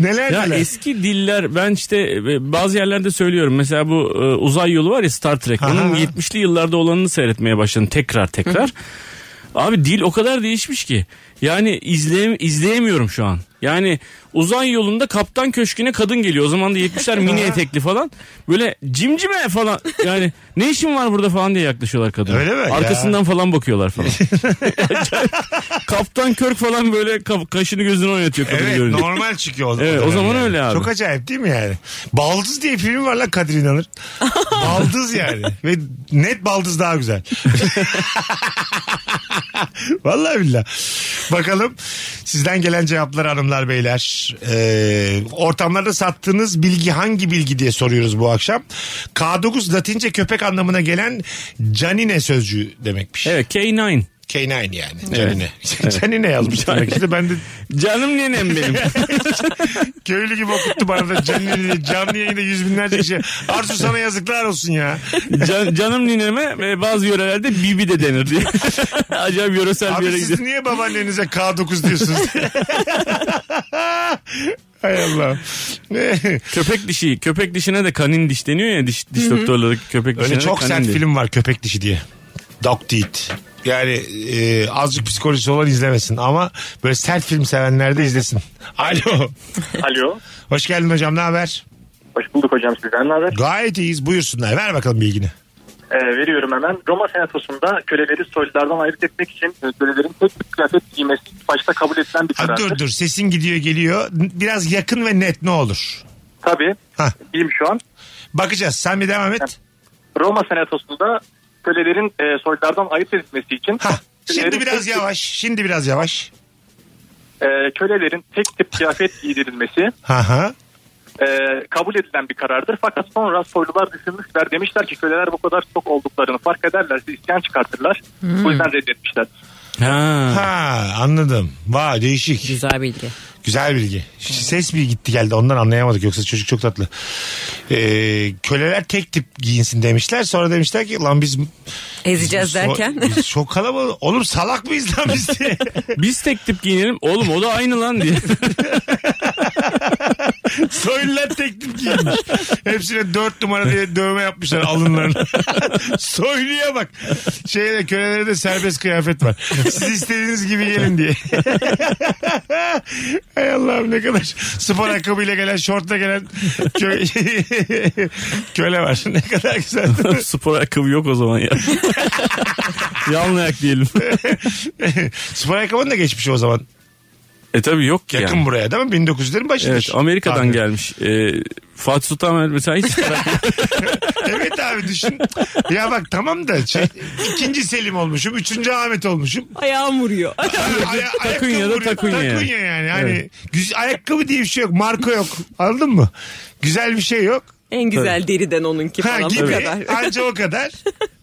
Speaker 3: neler
Speaker 5: Ya
Speaker 3: neler.
Speaker 5: eski diller ben işte e, bazı yerlerde söylüyorum. Mesela bu e, uzay yolu var ya Star Trek. Onun
Speaker 3: Aha.
Speaker 5: 70'li yıllarda olanını seyretmeye başladım tekrar tekrar. Abi dil o kadar değişmiş ki. Yani izleyem izleyemiyorum şu an. Yani uzay yolunda kaptan köşküne kadın geliyor. O zaman da 70'ler mini etekli falan. Böyle cimcime falan. Yani ne işin var burada falan diye yaklaşıyorlar kadına.
Speaker 3: Öyle mi? Ya.
Speaker 5: Arkasından falan bakıyorlar falan. Acayip. kaptan Körk falan böyle ka- kaşını gözünü oynatıyor kadını
Speaker 3: Evet
Speaker 5: görünce.
Speaker 3: normal çıkıyor o zaman.
Speaker 5: Evet, o
Speaker 3: dönem
Speaker 5: zaman
Speaker 3: yani.
Speaker 5: öyle abi.
Speaker 3: Çok acayip değil mi yani? Baldız diye film var lan Kadir İnanır. baldız yani. Ve net baldız daha güzel. Vallahi billah. Bakalım sizden gelen cevaplar hanımlar beyler. Ee, ortamlarda sattığınız bilgi hangi bilgi diye soruyoruz bu akşam. K9 Latince köpek anlamına gelen canine sözcüğü demekmiş.
Speaker 5: Evet K9.
Speaker 3: Canine yani. Canine. canine yazmış demek işte. Ben de
Speaker 5: Canım nenem benim.
Speaker 3: Köylü gibi okuttu bana da canlı, canlı yayında yüz binlerce kişi. Arzu sana yazıklar olsun ya.
Speaker 5: Can- canım nineme e, bazı yörelerde bibi de denir diye. Acayip yöresel bir
Speaker 3: Abi
Speaker 5: yere
Speaker 3: siz
Speaker 5: gidiyor.
Speaker 3: niye babaannenize K9 diyorsunuz? Hay Allah.
Speaker 5: Köpek dişi. Köpek dişine de kanin diş deniyor ya diş, diş doktorları köpek dişine
Speaker 3: Öyle
Speaker 5: de
Speaker 3: çok
Speaker 5: kanin
Speaker 3: sert
Speaker 5: diyor.
Speaker 3: film var köpek dişi diye. Dog Teeth. Yani e, azıcık psikolojisi olan izlemesin ama böyle sert film sevenler de izlesin. Alo.
Speaker 6: Alo.
Speaker 3: Hoş geldin hocam ne haber?
Speaker 6: Hoş bulduk hocam sizden ne haber?
Speaker 3: Gayet iyiyiz buyursunlar ver bakalım bilgini.
Speaker 6: Ee, veriyorum hemen. Roma senatosunda köleleri soylulardan ayırt etmek için e, kölelerin tek bir kıyafet giymesi başta kabul edilen bir
Speaker 3: Ha,
Speaker 6: karardır.
Speaker 3: dur dur sesin gidiyor geliyor biraz yakın ve net ne olur.
Speaker 6: Tabii.
Speaker 3: Hah.
Speaker 6: Diyeyim şu an.
Speaker 3: Bakacağız sen bir devam et.
Speaker 6: Roma senatosunda kölelerin e, soylulardan ayırt edilmesi için
Speaker 3: Hah,
Speaker 6: kölelerin
Speaker 3: Şimdi biraz
Speaker 6: tek-
Speaker 3: yavaş. Şimdi biraz yavaş.
Speaker 6: e, kölelerin tek tip kıyafet giydirilmesi
Speaker 3: Ha ha.
Speaker 6: e, kabul edilen bir karardır. Fakat sonra soylular düşünmüşler. Demişler ki köleler bu kadar çok olduklarını fark ederlerse isyan çıkartırlar.
Speaker 3: Hmm.
Speaker 6: Bu yüzden reddetmişler.
Speaker 5: Ha.
Speaker 3: Ha anladım. Vay değişik.
Speaker 4: Güzel bilgi.
Speaker 3: Güzel bilgi. Ses bir gitti geldi ondan anlayamadık yoksa çocuk çok tatlı. Ee, köleler tek tip giyinsin demişler. Sonra demişler ki lan biz...
Speaker 4: Ezeceğiz
Speaker 3: biz-
Speaker 4: derken.
Speaker 3: Biz çok kalabalık. Oğlum salak mıyız lan biz diye.
Speaker 5: Biz tek tip giyinelim. Oğlum o da aynı lan diye.
Speaker 3: Soylular tek tip giyinmiş. Hepsine dört numara diye dövme yapmışlar alınlarına. Soyluya bak. Şeyde kölelere de serbest kıyafet var. Siz istediğiniz gibi gelin diye. Hay Allah'ım ne kadar spor ayakkabıyla gelen, şortla gelen kö- köle var. Ne kadar güzel.
Speaker 5: Spor ayakkabı yok o zaman ya. Yalın ayak diyelim.
Speaker 3: spor ayakkabının da geçmişi o zaman.
Speaker 5: E tabi yok ki
Speaker 3: Yakın
Speaker 5: yani.
Speaker 3: buraya değil mi? 1900'lerin başıdır.
Speaker 5: Evet Amerika'dan
Speaker 3: Abi.
Speaker 5: gelmiş. E, Fatih Sultan Mehmet mesela hiç spor ayakkabı-
Speaker 3: Evet abi düşün. Ya bak tamam da şey, ikinci Selim olmuşum, üçüncü Ahmet olmuşum.
Speaker 4: Ayağım vuruyor.
Speaker 3: Aya, ayakkabı
Speaker 5: Takunya da
Speaker 3: vuruyor.
Speaker 5: takunya.
Speaker 3: Takunya yani. Hani güz- ayakkabı diye bir şey yok. Marka yok. Anladın mı? Güzel bir şey yok.
Speaker 4: en güzel deriden onunki
Speaker 3: Ha
Speaker 4: falan bu
Speaker 3: gibi.
Speaker 4: kadar.
Speaker 3: Anca o kadar.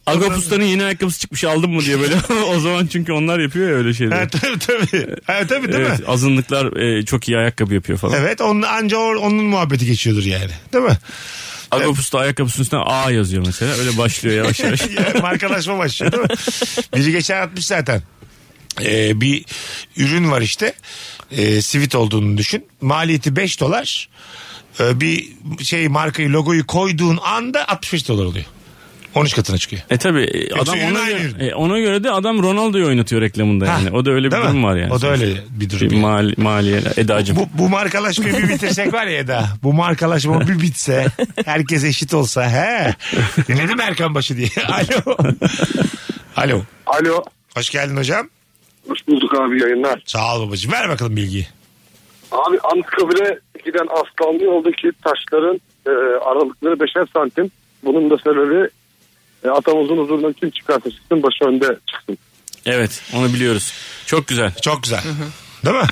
Speaker 5: Agapusta'nın yeni ayakkabısı çıkmış aldın mı diye böyle. o zaman çünkü onlar yapıyor ya öyle
Speaker 3: Ha,
Speaker 5: şeyleri.
Speaker 3: tabii tabii. Ha, tabii değil
Speaker 5: Evet,
Speaker 3: mi?
Speaker 5: azınlıklar e, çok iyi ayakkabı yapıyor falan.
Speaker 3: Evet onun, anca o- onun muhabbeti geçiyordur yani. Değil mi?
Speaker 5: Agapusta ayakkabısının üstüne A yazıyor mesela. Öyle başlıyor yavaş yavaş.
Speaker 3: Ya, Markalaşma başlıyor değil mi? Biri geçen atmış zaten. Ee, bir ürün var işte. Ee, sivit olduğunu düşün. Maliyeti 5 dolar. Ee, bir şey markayı logoyu koyduğun anda 65 dolar oluyor. 13 katına çıkıyor.
Speaker 5: E tabi adam
Speaker 3: ürün
Speaker 5: ona
Speaker 3: aynı
Speaker 5: göre,
Speaker 3: ürün.
Speaker 5: e, ona göre de adam Ronaldo'yu oynatıyor reklamında
Speaker 3: Ha,
Speaker 5: yani. O da öyle bir
Speaker 3: değil mi?
Speaker 5: durum var yani.
Speaker 3: O da öyle bir durum.
Speaker 5: Bir mal, maliye Eda'cığım.
Speaker 3: Bu, bu markalaşmayı bir bitirsek var ya Eda. Bu markalaşma bir bitse. Herkes eşit olsa. He. Dinledim Erkan Başı diye. Alo. Alo.
Speaker 9: Alo.
Speaker 3: Hoş geldin hocam.
Speaker 9: Hoş bulduk abi yayınlar.
Speaker 3: Sağ ol babacığım. Ver bakalım bilgiyi.
Speaker 6: Abi Anıtkabir'e giden aslanlı yoldaki taşların e, aralıkları 5'er santim. Bunun da sebebi e, atamızın huzurundan kim çıkarsa çıksın başı önde çıksın.
Speaker 5: Evet onu biliyoruz. Çok güzel.
Speaker 3: Çok güzel. Değil mi?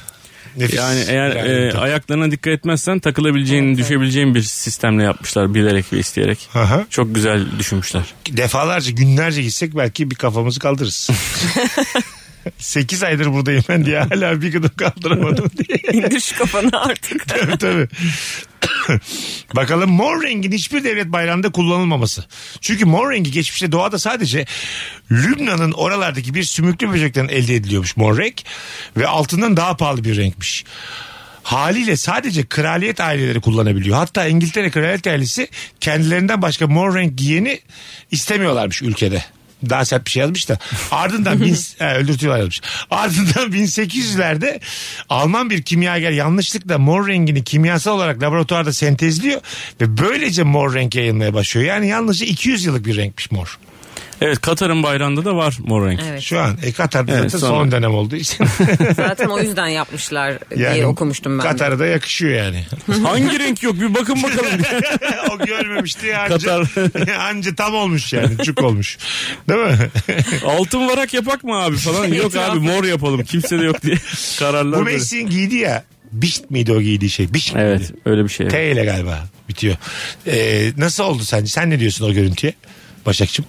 Speaker 3: Nefis.
Speaker 5: Yani eğer
Speaker 3: Yani
Speaker 5: e,
Speaker 3: tabii.
Speaker 5: ayaklarına dikkat etmezsen takılabileceğin, düşebileceğin bir sistemle yapmışlar bilerek ve isteyerek.
Speaker 3: Aha.
Speaker 5: Çok güzel düşünmüşler.
Speaker 3: defalarca günlerce gitsek belki bir kafamızı kaldırırız. 8 aydır buradayım ben diye hala bir gıdım kaldıramadım diye.
Speaker 4: İndir şu kafanı artık.
Speaker 3: tabii tabii. Bakalım mor rengin hiçbir devlet bayrağında kullanılmaması. Çünkü mor rengi geçmişte doğada sadece Lübnan'ın oralardaki bir sümüklü böcekten elde ediliyormuş mor renk. Ve altından daha pahalı bir renkmiş. Haliyle sadece kraliyet aileleri kullanabiliyor. Hatta İngiltere kraliyet ailesi kendilerinden başka mor renk giyeni istemiyorlarmış ülkede. Daha sert bir şey yazmış da. Ardından bin, he, öldürtüyorlar yazmış. Ardından 1800'lerde Alman bir kimyager yanlışlıkla mor rengini kimyasal olarak laboratuvarda sentezliyor ve böylece mor renk yayılmaya başlıyor. Yani yalnızca 200 yıllık bir renkmiş mor.
Speaker 5: Evet Katar'ın bayrağında da var mor renk.
Speaker 4: Evet.
Speaker 3: Şu an e, Katar'da
Speaker 5: Evet,
Speaker 3: zaten
Speaker 5: sonra.
Speaker 3: son dönem olduğu için.
Speaker 4: Zaten o yüzden yapmışlar diye okumuştum ben. de.
Speaker 3: Katar'a da yakışıyor yani.
Speaker 5: Hangi renk yok bir bakın bakalım.
Speaker 3: o görmemişti anca, anca tam olmuş yani çuk olmuş. Değil mi?
Speaker 5: Altın varak yapak mı abi falan. Yok
Speaker 4: İtiraf.
Speaker 5: abi mor yapalım kimse de yok diye kararlar
Speaker 3: Bu
Speaker 5: böyle.
Speaker 3: Messi'nin giydi ya. Bişt miydi o giydiği şey? Bişt
Speaker 5: Evet
Speaker 3: miydi?
Speaker 5: öyle bir şey.
Speaker 3: T ile galiba bitiyor. Ee, nasıl oldu sence? Sen ne diyorsun o görüntüye? Başakçım.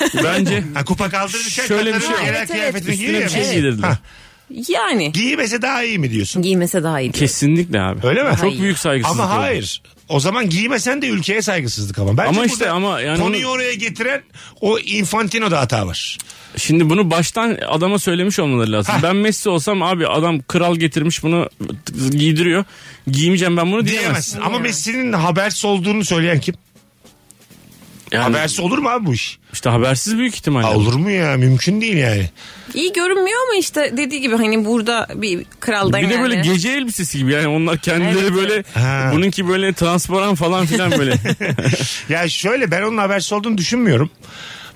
Speaker 5: Bence
Speaker 3: Ha, kupa kaldırırken
Speaker 5: Şöyle bir
Speaker 3: Katar'ın
Speaker 5: şey-
Speaker 3: genel
Speaker 4: Evet, evet.
Speaker 3: kıyafetini
Speaker 5: Üstüne
Speaker 3: giyiyor
Speaker 5: bir şey
Speaker 3: mu?
Speaker 5: giydirdiler.
Speaker 3: Ha,
Speaker 4: Yani
Speaker 3: Giymese daha iyi mi diyorsun?
Speaker 4: giymese daha iyi.
Speaker 5: kesinlikle abi.
Speaker 3: Öyle mi?
Speaker 5: Çok büyük saygısızlık.
Speaker 3: Ama
Speaker 5: oldu.
Speaker 3: hayır. O zaman giymesen de ülkeye saygısızlık ama. Bence
Speaker 5: Ama işte
Speaker 3: burada
Speaker 5: ama yani
Speaker 3: konuyu
Speaker 5: onu-
Speaker 3: oraya getiren o Infantino'da hata var.
Speaker 5: Şimdi bunu baştan adama söylemiş olmaları lazım. Ben Messi olsam abi adam kral getirmiş bunu giydiriyor. Giymeyeceğim ben bunu diyemez.
Speaker 3: Diyemezsin. Ama Messi'nin habersiz olduğunu söyleyen kim?
Speaker 5: Yani
Speaker 3: Habersiz olur mu abi bu iş?
Speaker 5: işte habersiz büyük ihtimalle.
Speaker 3: Aa, olur mu ya? Mümkün değil yani.
Speaker 4: İyi görünmüyor ama işte dediği gibi hani burada bir kralda
Speaker 5: Bir
Speaker 4: yani.
Speaker 5: de böyle gece elbisesi gibi yani onlar kendileri
Speaker 4: Evet.
Speaker 5: böyle
Speaker 3: Ha.
Speaker 5: bununki böyle transparan falan filan böyle.
Speaker 3: Ya şöyle ben onun habersiz olduğunu düşünmüyorum.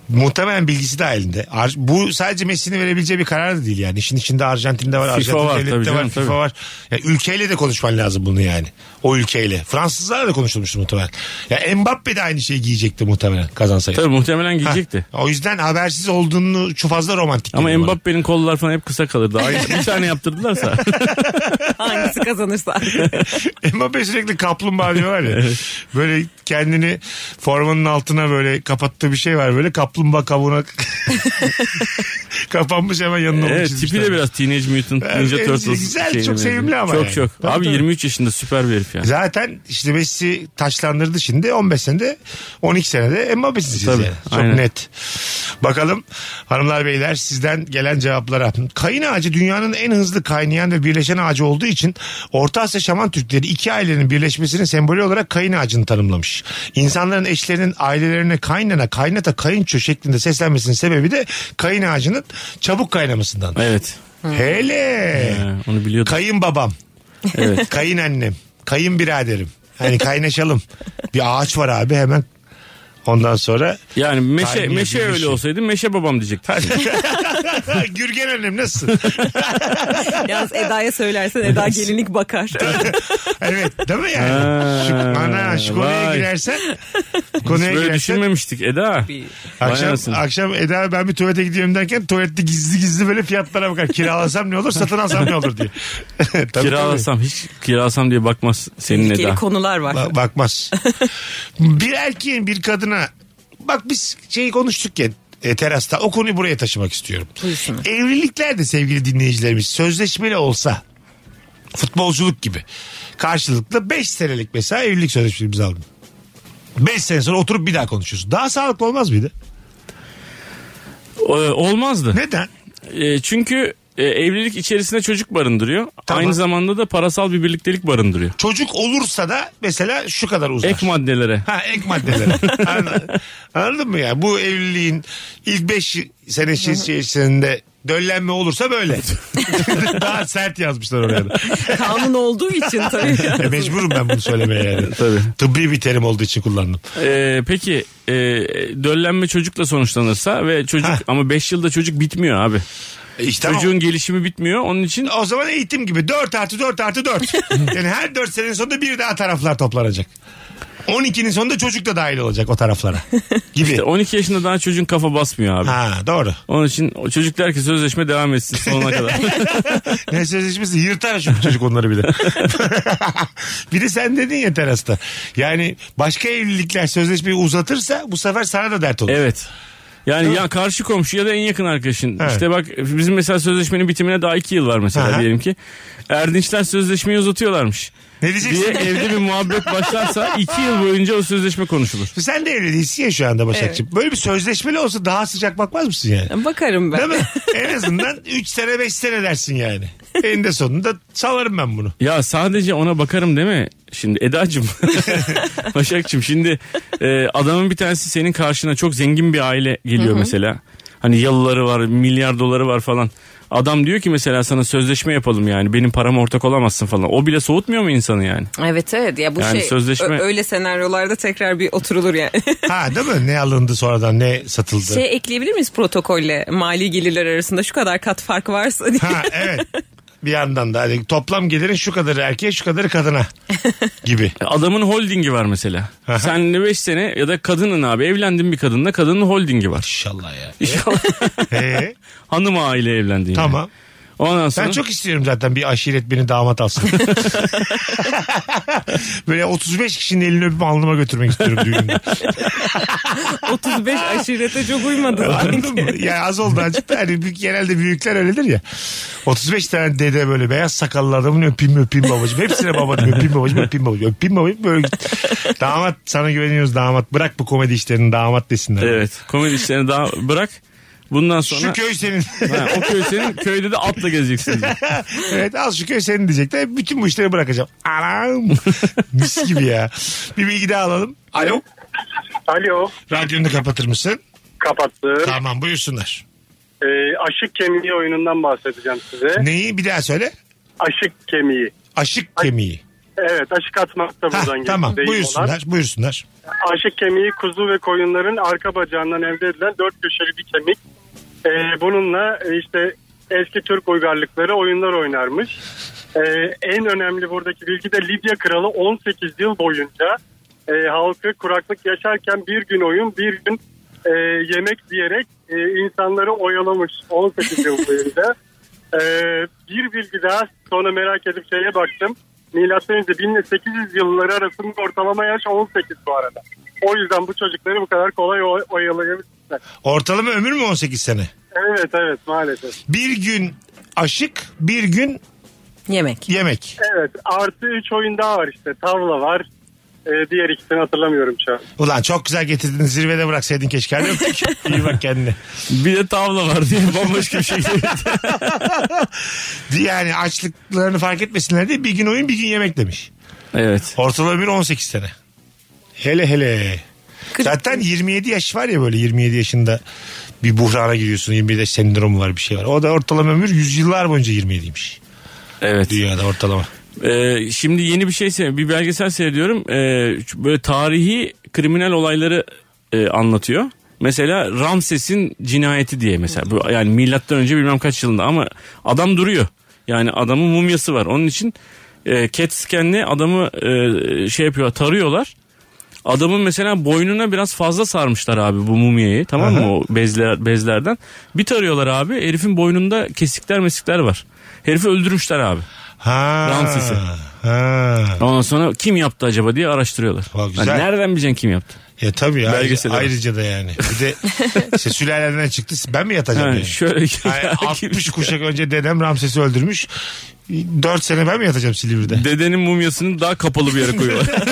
Speaker 3: Muhtemelen bilgisi dahilinde. Ar- Bu sadece Messi'nin verebileceği bir karar da değil yani. İşin içinde Arjantin'de var,
Speaker 5: FIFA
Speaker 3: Arjantin
Speaker 5: var
Speaker 3: devleti
Speaker 5: tabii
Speaker 3: de var,
Speaker 5: canım,
Speaker 3: FIFA
Speaker 5: tabii.
Speaker 3: var. Ya ülkeyle de konuşman lazım bunu yani. O ülkeyle. Fransızlarla da konuşulmuştu muhtemelen. Ya Mbappe de aynı şeyi giyecekti muhtemelen kazansaydı.
Speaker 5: Tabii muhtemelen
Speaker 3: Ha,
Speaker 5: giyecekti.
Speaker 3: O yüzden habersiz olduğunu çok fazla romantik.
Speaker 5: Ama
Speaker 3: geliyor bana.
Speaker 5: Mbappe'nin kollar falan hep kısa kalırdı. Aynı bir tane yaptırdılarsa.
Speaker 4: Hangisi kazanırsa.
Speaker 3: Mbappe sürekli kaplumbağa diyorlar ya. böyle kendini formanın altına böyle kapattığı bir şey var. Böyle kaplumbağa kabuğuna kapanmış hemen yanına onu
Speaker 5: evet
Speaker 3: çizmişler.
Speaker 5: tipi de biraz Teenage Mutant
Speaker 3: Evet,
Speaker 5: Ninja
Speaker 3: evet,
Speaker 5: Turtles.
Speaker 3: güzel,
Speaker 5: şeyine
Speaker 3: çok
Speaker 5: benziyor.
Speaker 3: sevimli ama
Speaker 5: Çok
Speaker 3: yani.
Speaker 5: çok.
Speaker 3: Tabii,
Speaker 5: abi
Speaker 3: tabii.
Speaker 5: 23 yaşında süper bir herif yani.
Speaker 3: Zaten işte Messi taşlandırdı şimdi 15 senede 12 senede Mbappe'siz yani.
Speaker 5: Tabii,
Speaker 3: Çok
Speaker 5: aynen.
Speaker 3: net. Bakalım hanımlar beyler sizden gelen cevaplara. Kayın ağacı dünyanın en hızlı kaynayan ve birleşen ağacı olduğu için Orta Asya Şaman Türkleri iki ailenin birleşmesinin sembolü olarak kayın ağacını tanımlamış. İnsanların eşlerinin ailelerine kaynana, kaynata, kayınço şeklinde seslenmesinin sebebi de kayın ağacının çabuk kaynamasından.
Speaker 5: Evet.
Speaker 3: Hele.
Speaker 5: Ee, onu biliyordum.
Speaker 3: Kayınbabam.
Speaker 5: Evet.
Speaker 3: Kayınannem. Kayınbiraderim. Hani kaynaşalım. bir ağaç var abi hemen. Ondan sonra
Speaker 5: Yani meşe,
Speaker 3: Kalbim
Speaker 5: meşe
Speaker 3: gibi bir
Speaker 5: öyle
Speaker 3: şey.
Speaker 5: olsaydı meşe babam diyecektim.
Speaker 3: Gürgen annem nasılsın?
Speaker 4: Yalnız Eda'ya söylersen Eda gelinlik bakar.
Speaker 3: evet değil mi yani? şu, ana şu konuya
Speaker 5: vay.
Speaker 3: girersen
Speaker 5: Hiç
Speaker 3: konuya
Speaker 5: böyle
Speaker 3: girersen
Speaker 5: düşünmemiştik Eda. Vay
Speaker 3: akşam,
Speaker 5: anasını.
Speaker 3: akşam Eda ben bir tuvalete gidiyorum derken tuvalette gizli gizli böyle fiyatlara bakar. Kiralasam ne olur satın alsam ne olur diye. Tabii, tabii.
Speaker 5: kiralasam hiç kiralasam diye bakmaz senin
Speaker 4: İlgili
Speaker 5: Eda.
Speaker 4: konular var.
Speaker 3: Ba- bakmaz. bir erkeğin bir kadına bak biz şey konuştuk ya e, terasta o konuyu buraya taşımak istiyorum.
Speaker 4: Buyursunlar.
Speaker 3: Evlilikler de sevgili dinleyicilerimiz sözleşmeli olsa futbolculuk gibi karşılıklı 5 senelik mesela evlilik sözleşmesi imzaladım. 5 sene sonra oturup bir daha konuşuyorsun. Daha sağlıklı olmaz mıydı?
Speaker 5: O- Olmazdı.
Speaker 3: Neden?
Speaker 5: E, çünkü e, evlilik içerisinde çocuk barındırıyor.
Speaker 3: Tamam.
Speaker 5: Aynı zamanda da parasal bir birliktelik barındırıyor.
Speaker 3: Çocuk olursa da mesela şu kadar uzar.
Speaker 5: Ek maddelere.
Speaker 3: Ha ek maddeleri. Anladın, anladın mı ya? Bu evliliğin ilk 5 sene içerisinde döllenme olursa böyle. Daha sert yazmışlar oraya da.
Speaker 4: Kanun olduğu için tabii.
Speaker 3: E, mecburum ben bunu söylemeye yani.
Speaker 5: Tabii.
Speaker 3: Tıbbi bir terim olduğu için kullandım.
Speaker 5: E, peki e, döllenme çocukla sonuçlanırsa ve çocuk
Speaker 3: Heh.
Speaker 5: ama 5 yılda çocuk bitmiyor abi.
Speaker 3: E işte ama-
Speaker 5: Çocuğun gelişimi bitmiyor. Onun için
Speaker 3: O zaman eğitim gibi 4 artı 4 artı 4. yani her 4 senenin sonunda bir daha taraflar toplanacak. 12'nin sonunda çocuk da dahil olacak o taraflara. Gibi.
Speaker 5: işte 12 yaşında daha çocuğun kafa basmıyor abi.
Speaker 3: Ha doğru.
Speaker 5: Onun için o çocuk der ki sözleşme devam etsin sonuna kadar.
Speaker 3: Ne sözleşmesi yırtar şu çocuk onları bir de. bir de sen dedin ya terasta. Yani başka evlilikler sözleşmeyi uzatırsa bu sefer sana da dert olur.
Speaker 5: evet. Yani ya karşı komşu ya da en yakın arkadaşın.
Speaker 3: Evet.
Speaker 5: İşte bak bizim mesela sözleşmenin bitimine daha 2 yıl var mesela
Speaker 3: Aha.
Speaker 5: diyelim ki. Erdinçler sözleşmeyi uzatıyorlarmış.
Speaker 3: Ne
Speaker 5: diye
Speaker 3: diyeceksin?
Speaker 5: evde bir muhabbet başlarsa 2 yıl boyunca o sözleşme konuşulur.
Speaker 3: Sen de evli değilsin ya şu anda Başakçığım. Böyle bir sözleşmeli olsa daha sıcak bakmaz mısın yani?
Speaker 4: Bakarım ben.
Speaker 3: Değil mi? en azından 3 sene 5 sene dersin yani. Eninde sonunda salarım ben bunu.
Speaker 5: Ya sadece ona bakarım değil mi? Şimdi Eda'cığım, Başak'cığım şimdi e, adamın bir tanesi senin karşına çok zengin bir aile geliyor mesela. Hani yalıları var, milyar doları var falan. Adam diyor ki mesela sana sözleşme yapalım yani benim param ortak olamazsın falan. O bile soğutmuyor mu insanı yani?
Speaker 4: Evet evet ya bu
Speaker 5: Yani
Speaker 4: şey
Speaker 5: sözleşme-
Speaker 4: ö- öyle senaryolarda tekrar bir oturulur yani.
Speaker 3: Ha değil mi? Ne alındı sonradan ne satıldı.
Speaker 4: şey ekleyebilir miyiz protokolle mali gelirler arasında şu kadar kat fark varsa diye.
Speaker 3: Ha evet. Bir yandan da hani toplam gelirin şu kadarı erkeğe şu kadarı kadına gibi.
Speaker 5: Adamın holdingi var mesela. Sen 5 sene ya da kadının abi evlendin bir kadınla kadının holdingi var.
Speaker 3: İnşallah ya.
Speaker 5: İnşallah
Speaker 3: Ee,
Speaker 5: hanım aile evlendin. yani.
Speaker 3: tamam.
Speaker 5: Ondan sonra
Speaker 3: Ben çok istiyorum zaten bir aşiret beni damat alsın. Böyle 35 kişinin elini öpüp alnıma götürmek istiyorum düğünde.
Speaker 4: 35 aşirete çok uymadı.
Speaker 3: Anladın mı? Yani az oldu azıcık da hani büyük, genelde büyükler öyledir ya. 35 tane dede böyle beyaz sakallı adamın öpeyim öpeyim babacığım. Hepsine babacığım öpeyim babacığım öpeyim babacığım öpeyim babacığım böyle git. Damat sana güveniyoruz damat bırak bu komedi işlerini damat desinler.
Speaker 5: Evet. Komedi işlerini daha bırak. Bundan sonra
Speaker 3: Şu köy senin.
Speaker 5: ha, o köy senin köyde de atla gezeceksin.
Speaker 3: evet al şu köy senin diyecekler. Bütün bu işleri bırakacağım. Anam. Mis gibi ya. Bir bilgi daha alalım. Alo.
Speaker 6: Alo.
Speaker 3: Radyonu kapatır mısın?
Speaker 6: Kapattım.
Speaker 3: Tamam buyursunlar.
Speaker 6: Ee, aşık kemiği oyunundan bahsedeceğim size.
Speaker 3: Neyi bir daha söyle.
Speaker 6: Aşık kemiği.
Speaker 3: Aşık kemiği.
Speaker 6: Evet aşık atmak da
Speaker 3: Ha,
Speaker 6: buradan geliyor.
Speaker 3: tamam
Speaker 6: Deyim
Speaker 3: buyursunlar
Speaker 6: olan.
Speaker 3: buyursunlar.
Speaker 6: Aşık kemiği kuzu ve koyunların arka bacağından elde edilen dört köşeli bir kemik. Ee, bununla e, işte eski Türk uygarlıkları oyunlar oynarmış. Ee, en önemli buradaki bilgi de Lidya kralı 18 yıl boyunca e, halkı kuraklık yaşarken bir gün oyun bir gün e, yemek diyerek e, insanları oyalamış 18 yıl boyunca. Ee, bir bilgi daha sonra merak edip şeye baktım. Milattan önce 1800 yılları arasında ortalama yaş 18 bu arada. O yüzden bu çocukları bu kadar kolay oy- oyalayabilirler.
Speaker 3: Ortalama ömür mü 18 sene?
Speaker 6: Evet evet maalesef.
Speaker 3: Bir gün aşık bir gün
Speaker 4: Yemek.
Speaker 3: yemek.
Speaker 6: Evet artı 3 oyun daha var işte. Tavla var. Ee, diğer ikisini hatırlamıyorum şu an.
Speaker 3: Ulan çok güzel getirdin zirvede bıraksaydın keşke. Hadi öptük. İyi bak kendine.
Speaker 5: bir de tavla var diye bambaşka bir şey.
Speaker 3: Yani açlıklarını fark etmesinler diye bir gün oyun bir gün yemek demiş.
Speaker 5: evet.
Speaker 3: Ortalama ömür 18 sene. Hele hele. Zaten 27 yaş var ya böyle 27 yaşında bir buhrana giriyorsun. 27 yaş sendromu var bir şey var. O da ortalama ömür yüzyıllar boyunca 27'ymiş.
Speaker 5: Evet.
Speaker 3: Dünyada ortalama.
Speaker 5: Ee, şimdi yeni bir şey se- bir belgesel seyrediyorum. Ee, şu böyle tarihi kriminal olayları e, anlatıyor. Mesela Ramses'in cinayeti diye mesela bu yani milattan önce bilmem kaç yılında ama adam duruyor. Yani adamın mumyası var. Onun için e, CAT scan'le adamı e, şey yapıyor tarıyorlar. Adamın mesela boynuna biraz fazla sarmışlar abi bu mumyayı tamam mı
Speaker 3: Aha.
Speaker 5: o bezler bezlerden. Bir tarıyorlar abi herifin boynunda kesikler mesikler var. Herifi öldürmüşler abi.
Speaker 3: Ha.
Speaker 5: Ramses'i.
Speaker 3: Ha.
Speaker 5: Ondan sonra kim yaptı acaba diye araştırıyorlar.
Speaker 3: Vay, güzel.
Speaker 5: Hani nereden bileceksin kim yaptı?
Speaker 3: Ya E, tabii ya.
Speaker 5: Belgeseli var.
Speaker 3: Ayrıca da yani. Bir de işte sülaleden çıktı. Ben mi yatacağım?
Speaker 5: Ha,
Speaker 3: yani?
Speaker 5: şöyle
Speaker 3: Hayır, 60 kuşak önce dedem Ramses'i öldürmüş. 4 sene ben mi yatacağım Silivri'de?
Speaker 5: dedenin mumyasını daha kapalı bir yere koyuyorlar.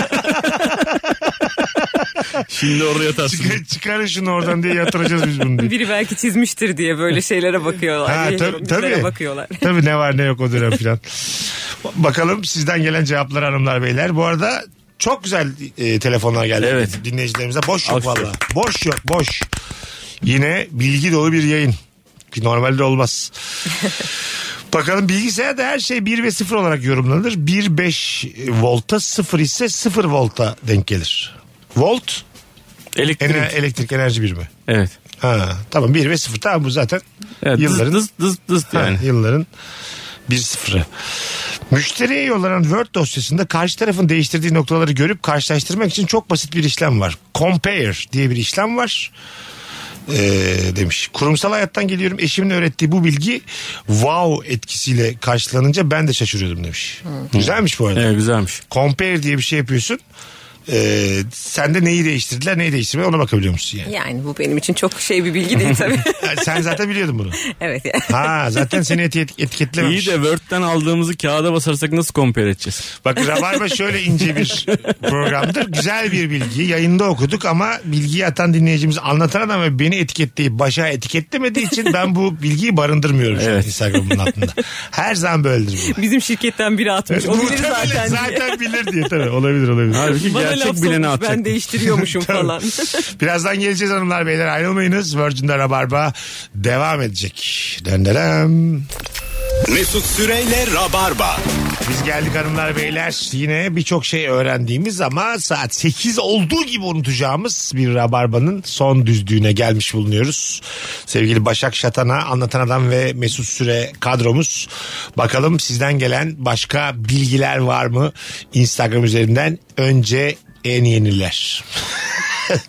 Speaker 5: Şimdi orada yatarsın.
Speaker 3: Çıkar- çıkarın şunu oradan diye yatıracağız biz bunu diye.
Speaker 4: Biri belki çizmiştir diye böyle şeylere bakıyorlar.
Speaker 3: Ha,
Speaker 4: diye
Speaker 3: tab-
Speaker 4: yorumculara
Speaker 3: tabii.
Speaker 4: bakıyorlar.
Speaker 3: Tabii ne var ne yok o dönem filan. Bakalım sizden gelen cevaplar hanımlar beyler. Bu arada çok güzel e, telefonlar geldi
Speaker 5: Evet.
Speaker 3: dinleyicilerimize. Boş yok
Speaker 5: Alkışlıyorum.
Speaker 3: valla. Boş yok boş. Yine bilgi dolu bir yayın. Ki normalde olmaz. Bakalım bilgisayarda her şey 1 ve 0 olarak yorumlanır. 1 5 volta 0 ise 0 volta denk gelir. Volt
Speaker 5: Elektrik.
Speaker 3: Ener- elektrik enerji birimi.
Speaker 5: Evet.
Speaker 3: Ha, tamam 1 ve 0. Tamam bu zaten
Speaker 5: evet.
Speaker 3: Yılların-
Speaker 5: Yılların. Dız dız dız
Speaker 3: ha,
Speaker 5: yani.
Speaker 3: yılların 1-0'ı. Müşteriye yollanan Word dosyasında karşı tarafın değiştirdiği noktaları görüp karşılaştırmak için çok basit bir işlem var. Compare diye bir işlem var. Ee, demiş. Kurumsal hayattan geliyorum. Eşimin öğrettiği bu bilgi wow etkisiyle karşılanınca ben de şaşırıyordum demiş. Güzelmiş bu arada.
Speaker 5: Hmm. Evet güzelmiş.
Speaker 3: Compare diye bir şey yapıyorsun. Ee, sende neyi değiştirdiler neyi değiştirmedi ona bakabiliyor musun yani?
Speaker 4: Yani bu benim için çok şey bir bilgi değil tabii.
Speaker 3: Sen zaten biliyordun bunu.
Speaker 4: evet.
Speaker 3: Ha zaten seni eti- etiketlememiş.
Speaker 5: İyi de Word'den aldığımızı kağıda basarsak nasıl compare edeceğiz?
Speaker 3: Bak Rabarba şöyle ince bir programdır. Güzel bir bilgi. Yayında okuduk ama bilgiyi atan dinleyicimiz anlatan adam ve beni etiketleyip başa etiketlemediği için ben bu bilgiyi barındırmıyorum şu an
Speaker 5: Evet.
Speaker 3: Instagram'ın altında. Her zaman böyledir bu.
Speaker 4: Bizim şirketten biri atmış. O bilir
Speaker 3: Muhtemelen
Speaker 4: zaten. diye.
Speaker 3: zaten bilir diye tabii olabilir olabilir.
Speaker 5: Halbuki
Speaker 4: Bana laf
Speaker 5: gerçek
Speaker 4: sokmuş
Speaker 5: bileni atacak.
Speaker 4: ben değiştiriyormuşum falan.
Speaker 3: Birazdan geleceğiz hanımlar beyler ayrılmayınız. Virgin'de Rabarba devam edecek. Döndürem.
Speaker 2: Mesut Süreyle Rabarba.
Speaker 3: Biz geldik hanımlar beyler. Yine birçok şey öğrendiğimiz ama saat 8 olduğu gibi unutacağımız bir rabarbanın son düzlüğüne gelmiş bulunuyoruz. Sevgili Başak Şatan'a anlatan adam ve Mesut Süre kadromuz. Bakalım sizden gelen başka bilgiler var mı? Instagram üzerinden önce en yeniler.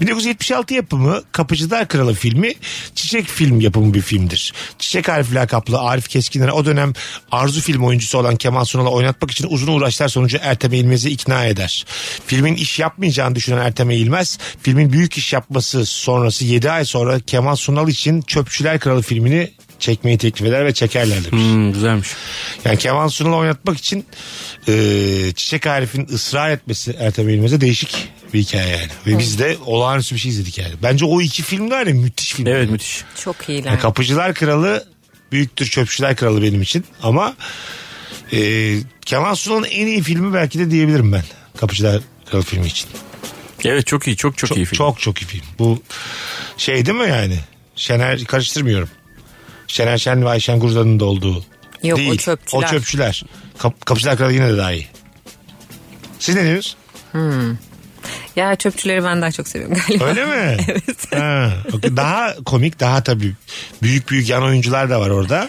Speaker 3: 1976 yapımı Kapıcılar Kralı filmi Çiçek film yapımı bir filmdir. Çiçek Arif lakaplı Arif Keskinler'e o dönem Arzu film oyuncusu olan Kemal Sunal'ı oynatmak için uzun uğraşlar sonucu Ertem Eğilmez'i ikna eder. Filmin iş yapmayacağını düşünen Ertem Eğilmez filmin büyük iş yapması sonrası 7 ay sonra Kemal Sunal için Çöpçüler Kralı filmini çekmeyi teklif eder ve çekerler demiş.
Speaker 5: Hmm, güzelmiş.
Speaker 3: Yani Kemal Sunal'ı oynatmak için e, Çiçek Arif'in ısrar etmesi Ertem Eğilmez'e değişik bir hikaye yani. Ve biz de olağanüstü bir şey izledik yani. Bence o iki film var ya müthiş film.
Speaker 5: Evet müthiş.
Speaker 4: Çok iyiler.
Speaker 3: Yani Kapıcılar Kralı büyüktür Çöpçüler Kralı benim için ama e, Kemal Sunal'ın en iyi filmi belki de diyebilirim ben. Kapıcılar Kralı filmi için.
Speaker 5: Evet çok iyi çok çok,
Speaker 3: Çok
Speaker 5: iyi film.
Speaker 3: Çok çok iyi film. Bu şey değil mi yani? Şener karıştırmıyorum. Şener Şen ve Ayşen Gurzan'ın da olduğu.
Speaker 4: Yok, o
Speaker 3: değil.
Speaker 4: çöpçüler.
Speaker 3: O çöpçüler. Kap, kapıcılar kralı yine de daha iyi. Siz ne diyorsunuz?
Speaker 4: Ya çöpçüleri ben daha çok seviyorum galiba.
Speaker 3: Öyle mi? Ha, okey. daha komik daha tabii büyük büyük yan oyuncular da var orada.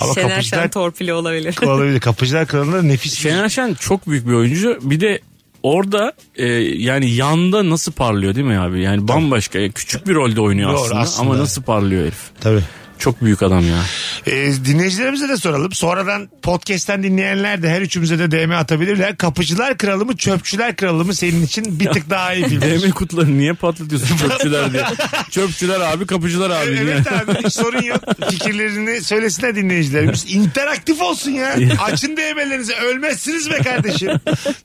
Speaker 3: Ama
Speaker 4: Şener
Speaker 3: kapıcılar
Speaker 4: Şen torpili olabilir.
Speaker 3: olabilir. Kapıcılar kralında nefis. bir-
Speaker 5: Şener Şen çok büyük bir oyuncu. Bir de orada e, yani yanda nasıl parlıyor değil mi abi? Yani bambaşka. Yani küçük bir rolde oynuyor
Speaker 3: Doğru,
Speaker 5: aslında,
Speaker 3: aslında.
Speaker 5: ama nasıl parlıyor herif?
Speaker 3: Tabii.
Speaker 5: Çok büyük adam ya.
Speaker 3: E, dinleyicilerimize de soralım. Sonradan podcast'ten dinleyenler de her üçümüze de DM atabilirler. Kapıcılar Kralı mı, Çöpçüler Kralı mı senin için bir tık daha iyi film.
Speaker 5: DM kutularını niye patlatıyorsun çöpçüler diye? Çöpçüler abi kapıcılar abi. değil mi?
Speaker 3: Evet abi hiç sorun yok. Fikirlerini söylesinler dinleyicilerimiz. İnteraktif olsun ya. Açın DM'lerinizi. Ölmezsiniz be kardeşim.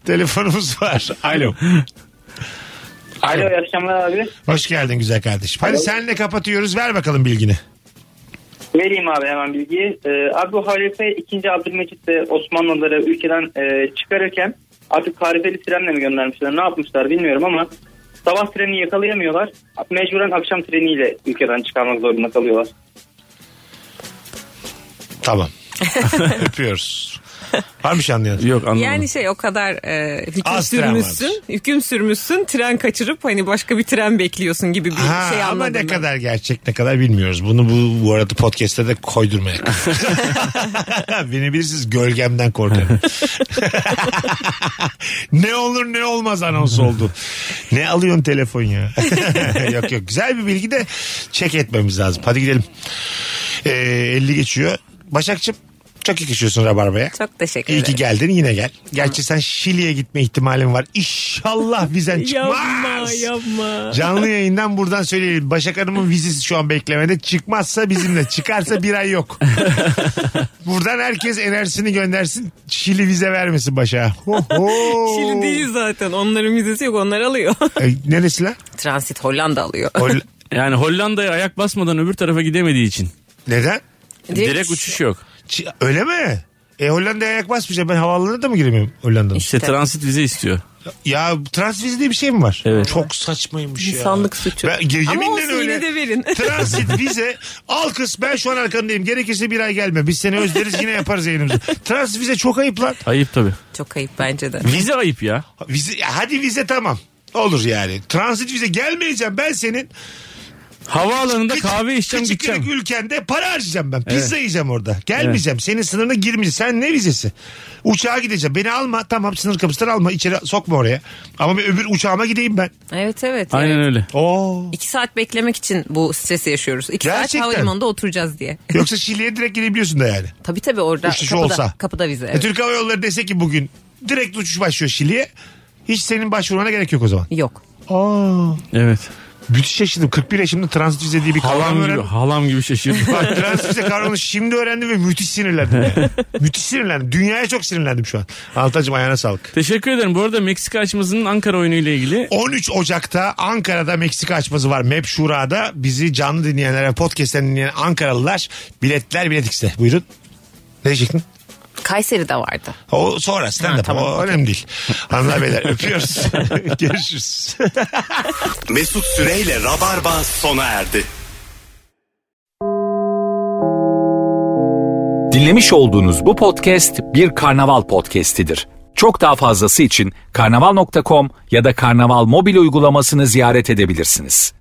Speaker 3: Telefonumuz var. Alo.
Speaker 8: Alo iyi akşamlar abi.
Speaker 3: Hoş geldin güzel kardeşim. Hadi senle kapatıyoruz. Ver bakalım bilgini.
Speaker 8: Vereyim abi hemen bilgiyi. Ee, abi bu halife 2. Abdülmecit de Osmanlıları ülkeden e, çıkarırken artık harifeli trenle mi göndermişler ne yapmışlar bilmiyorum ama sabah treni yakalayamıyorlar. Mecburen akşam treniyle ülkeden çıkarmak zorunda kalıyorlar.
Speaker 3: Tamam. Öpüyoruz. Varmış şey anlayan.
Speaker 5: Yok anlamadım.
Speaker 4: Yani şey o kadar e, hüküm
Speaker 3: Az tren varmış.
Speaker 4: sürmüşsün, hüküm sürmüşsün, tren kaçırıp hani başka bir tren bekliyorsun gibi bir
Speaker 3: Ha,
Speaker 4: şey
Speaker 3: ama
Speaker 4: anladım.
Speaker 3: ne
Speaker 4: ben.
Speaker 3: kadar gerçek ne kadar bilmiyoruz. Bunu bu, bu arada podcast'te de koydurmayak. Beni bilirsiniz gölgemden korkarım. ne olur ne olmaz anons oldu. Ne alıyorsun telefon ya? yok yok güzel bir bilgi de çek etmemiz lazım. Hadi gidelim. Ee, 50 geçiyor. Başakçım çok yakışıyorsun Rabarba'ya.
Speaker 4: Çok teşekkür
Speaker 3: İyi ki
Speaker 4: ederim.
Speaker 3: geldin yine gel. Gerçi sen Şili'ye gitme ihtimalin var. İnşallah vizen çıkmaz.
Speaker 4: Yapma yapma.
Speaker 3: Canlı yayından buradan söyleyelim. Başak Hanım'ın vizesi şu an beklemede. Çıkmazsa bizimle. Çıkarsa bir ay yok. buradan herkes enerjisini göndersin. Şili vize vermesin Başak'a. Ho, ho.
Speaker 4: Şili değil zaten. Onların vizesi yok. Onlar alıyor.
Speaker 3: E, neresi lan?
Speaker 4: Transit Hollanda alıyor.
Speaker 3: Hol-
Speaker 5: Yani Hollanda'ya ayak basmadan öbür tarafa gidemediği için.
Speaker 3: Neden?
Speaker 5: Direkt, uçuş yok.
Speaker 3: Ç- öyle mi? E Hollanda'ya ayak basmayacağım. Ben havaalanına da mı giremiyorum Hollanda'nın?
Speaker 5: İşte transit vize istiyor.
Speaker 3: Ya trans vize diye bir şey mi var?
Speaker 5: Evet.
Speaker 3: Çok saçmaymış ya.
Speaker 4: İnsanlık suçu.
Speaker 3: Ben, ye-
Speaker 4: Ama
Speaker 3: yeminle
Speaker 4: olsun
Speaker 3: öyle.
Speaker 4: yine de verin.
Speaker 3: Transit vize al kız ben şu an arkandayım. Gerekirse bir ay gelme. Biz seni özleriz yine yaparız yayınımızı. Transit vize çok ayıp lan.
Speaker 5: Ayıp tabii.
Speaker 4: Çok ayıp bence de.
Speaker 5: Vize ayıp ya.
Speaker 3: Vize, hadi vize tamam. Olur yani. Transit vize gelmeyeceğim ben senin.
Speaker 5: Havaalanında
Speaker 3: Küçük-
Speaker 5: kahve içeceğim
Speaker 3: küçük
Speaker 5: gideceğim.
Speaker 3: küçük ülkende para harcayacağım ben. Pizza yiyeceğim orada. Gelmeyeceğim. Senin sınırına girmeyeceğim. Sen ne vizesi? Uçağa gideceğim. Beni alma. Tamam sınır kapısından alma. İçeri sokma oraya. Ama bir öbür uçağıma gideyim ben.
Speaker 4: Evet evet.
Speaker 5: Aynen
Speaker 4: evet.
Speaker 5: öyle.
Speaker 3: Oo.
Speaker 4: İki saat beklemek için bu stresi yaşıyoruz. İki
Speaker 3: Gerçekten.
Speaker 4: saat havalimanında oturacağız diye. E,
Speaker 3: Yoksa Şili'ye direkt gidebiliyorsun da yani.
Speaker 4: Tabii tabii orada
Speaker 3: Uçuşu
Speaker 4: kapıda,
Speaker 3: olsa.
Speaker 4: kapıda vize.
Speaker 3: E,
Speaker 4: evet.
Speaker 3: Türk Hava Yolları dese ki bugün direkt uçuş başlıyor Şili'ye. Hiç senin başvurmana gerek yok o zaman.
Speaker 4: Yok.
Speaker 3: Aa.
Speaker 5: Evet.
Speaker 3: Müthiş şaşırdım. 41 yaşımda transit vize diye bir kavram
Speaker 5: Halam gibi,
Speaker 3: öğrendim.
Speaker 5: halam gibi şaşırdım.
Speaker 3: Bak transit vize kavramını şimdi öğrendim ve müthiş sinirlendim. müthiş sinirlendim. Dünyaya çok sinirlendim şu an. Altacığım ayağına sağlık.
Speaker 5: Teşekkür ederim. Bu arada Meksika açmasının Ankara oyunu ile ilgili
Speaker 3: 13 Ocak'ta Ankara'da Meksika açması var. Map Şura'da bizi canlı dinleyenlere, podcast'ten dinleyen Ankaralılar biletler bilet X'te. Buyurun. Ne diyecektin?
Speaker 4: Kayseri'de vardı.
Speaker 3: O sonra stand up. o önemli değil. Hanımlar beyler öpüyoruz. Görüşürüz.
Speaker 2: Mesut Süreyle Rabarba sona erdi.
Speaker 1: Dinlemiş olduğunuz bu podcast bir karnaval podcastidir. Çok daha fazlası için karnaval.com ya da karnaval mobil uygulamasını ziyaret edebilirsiniz.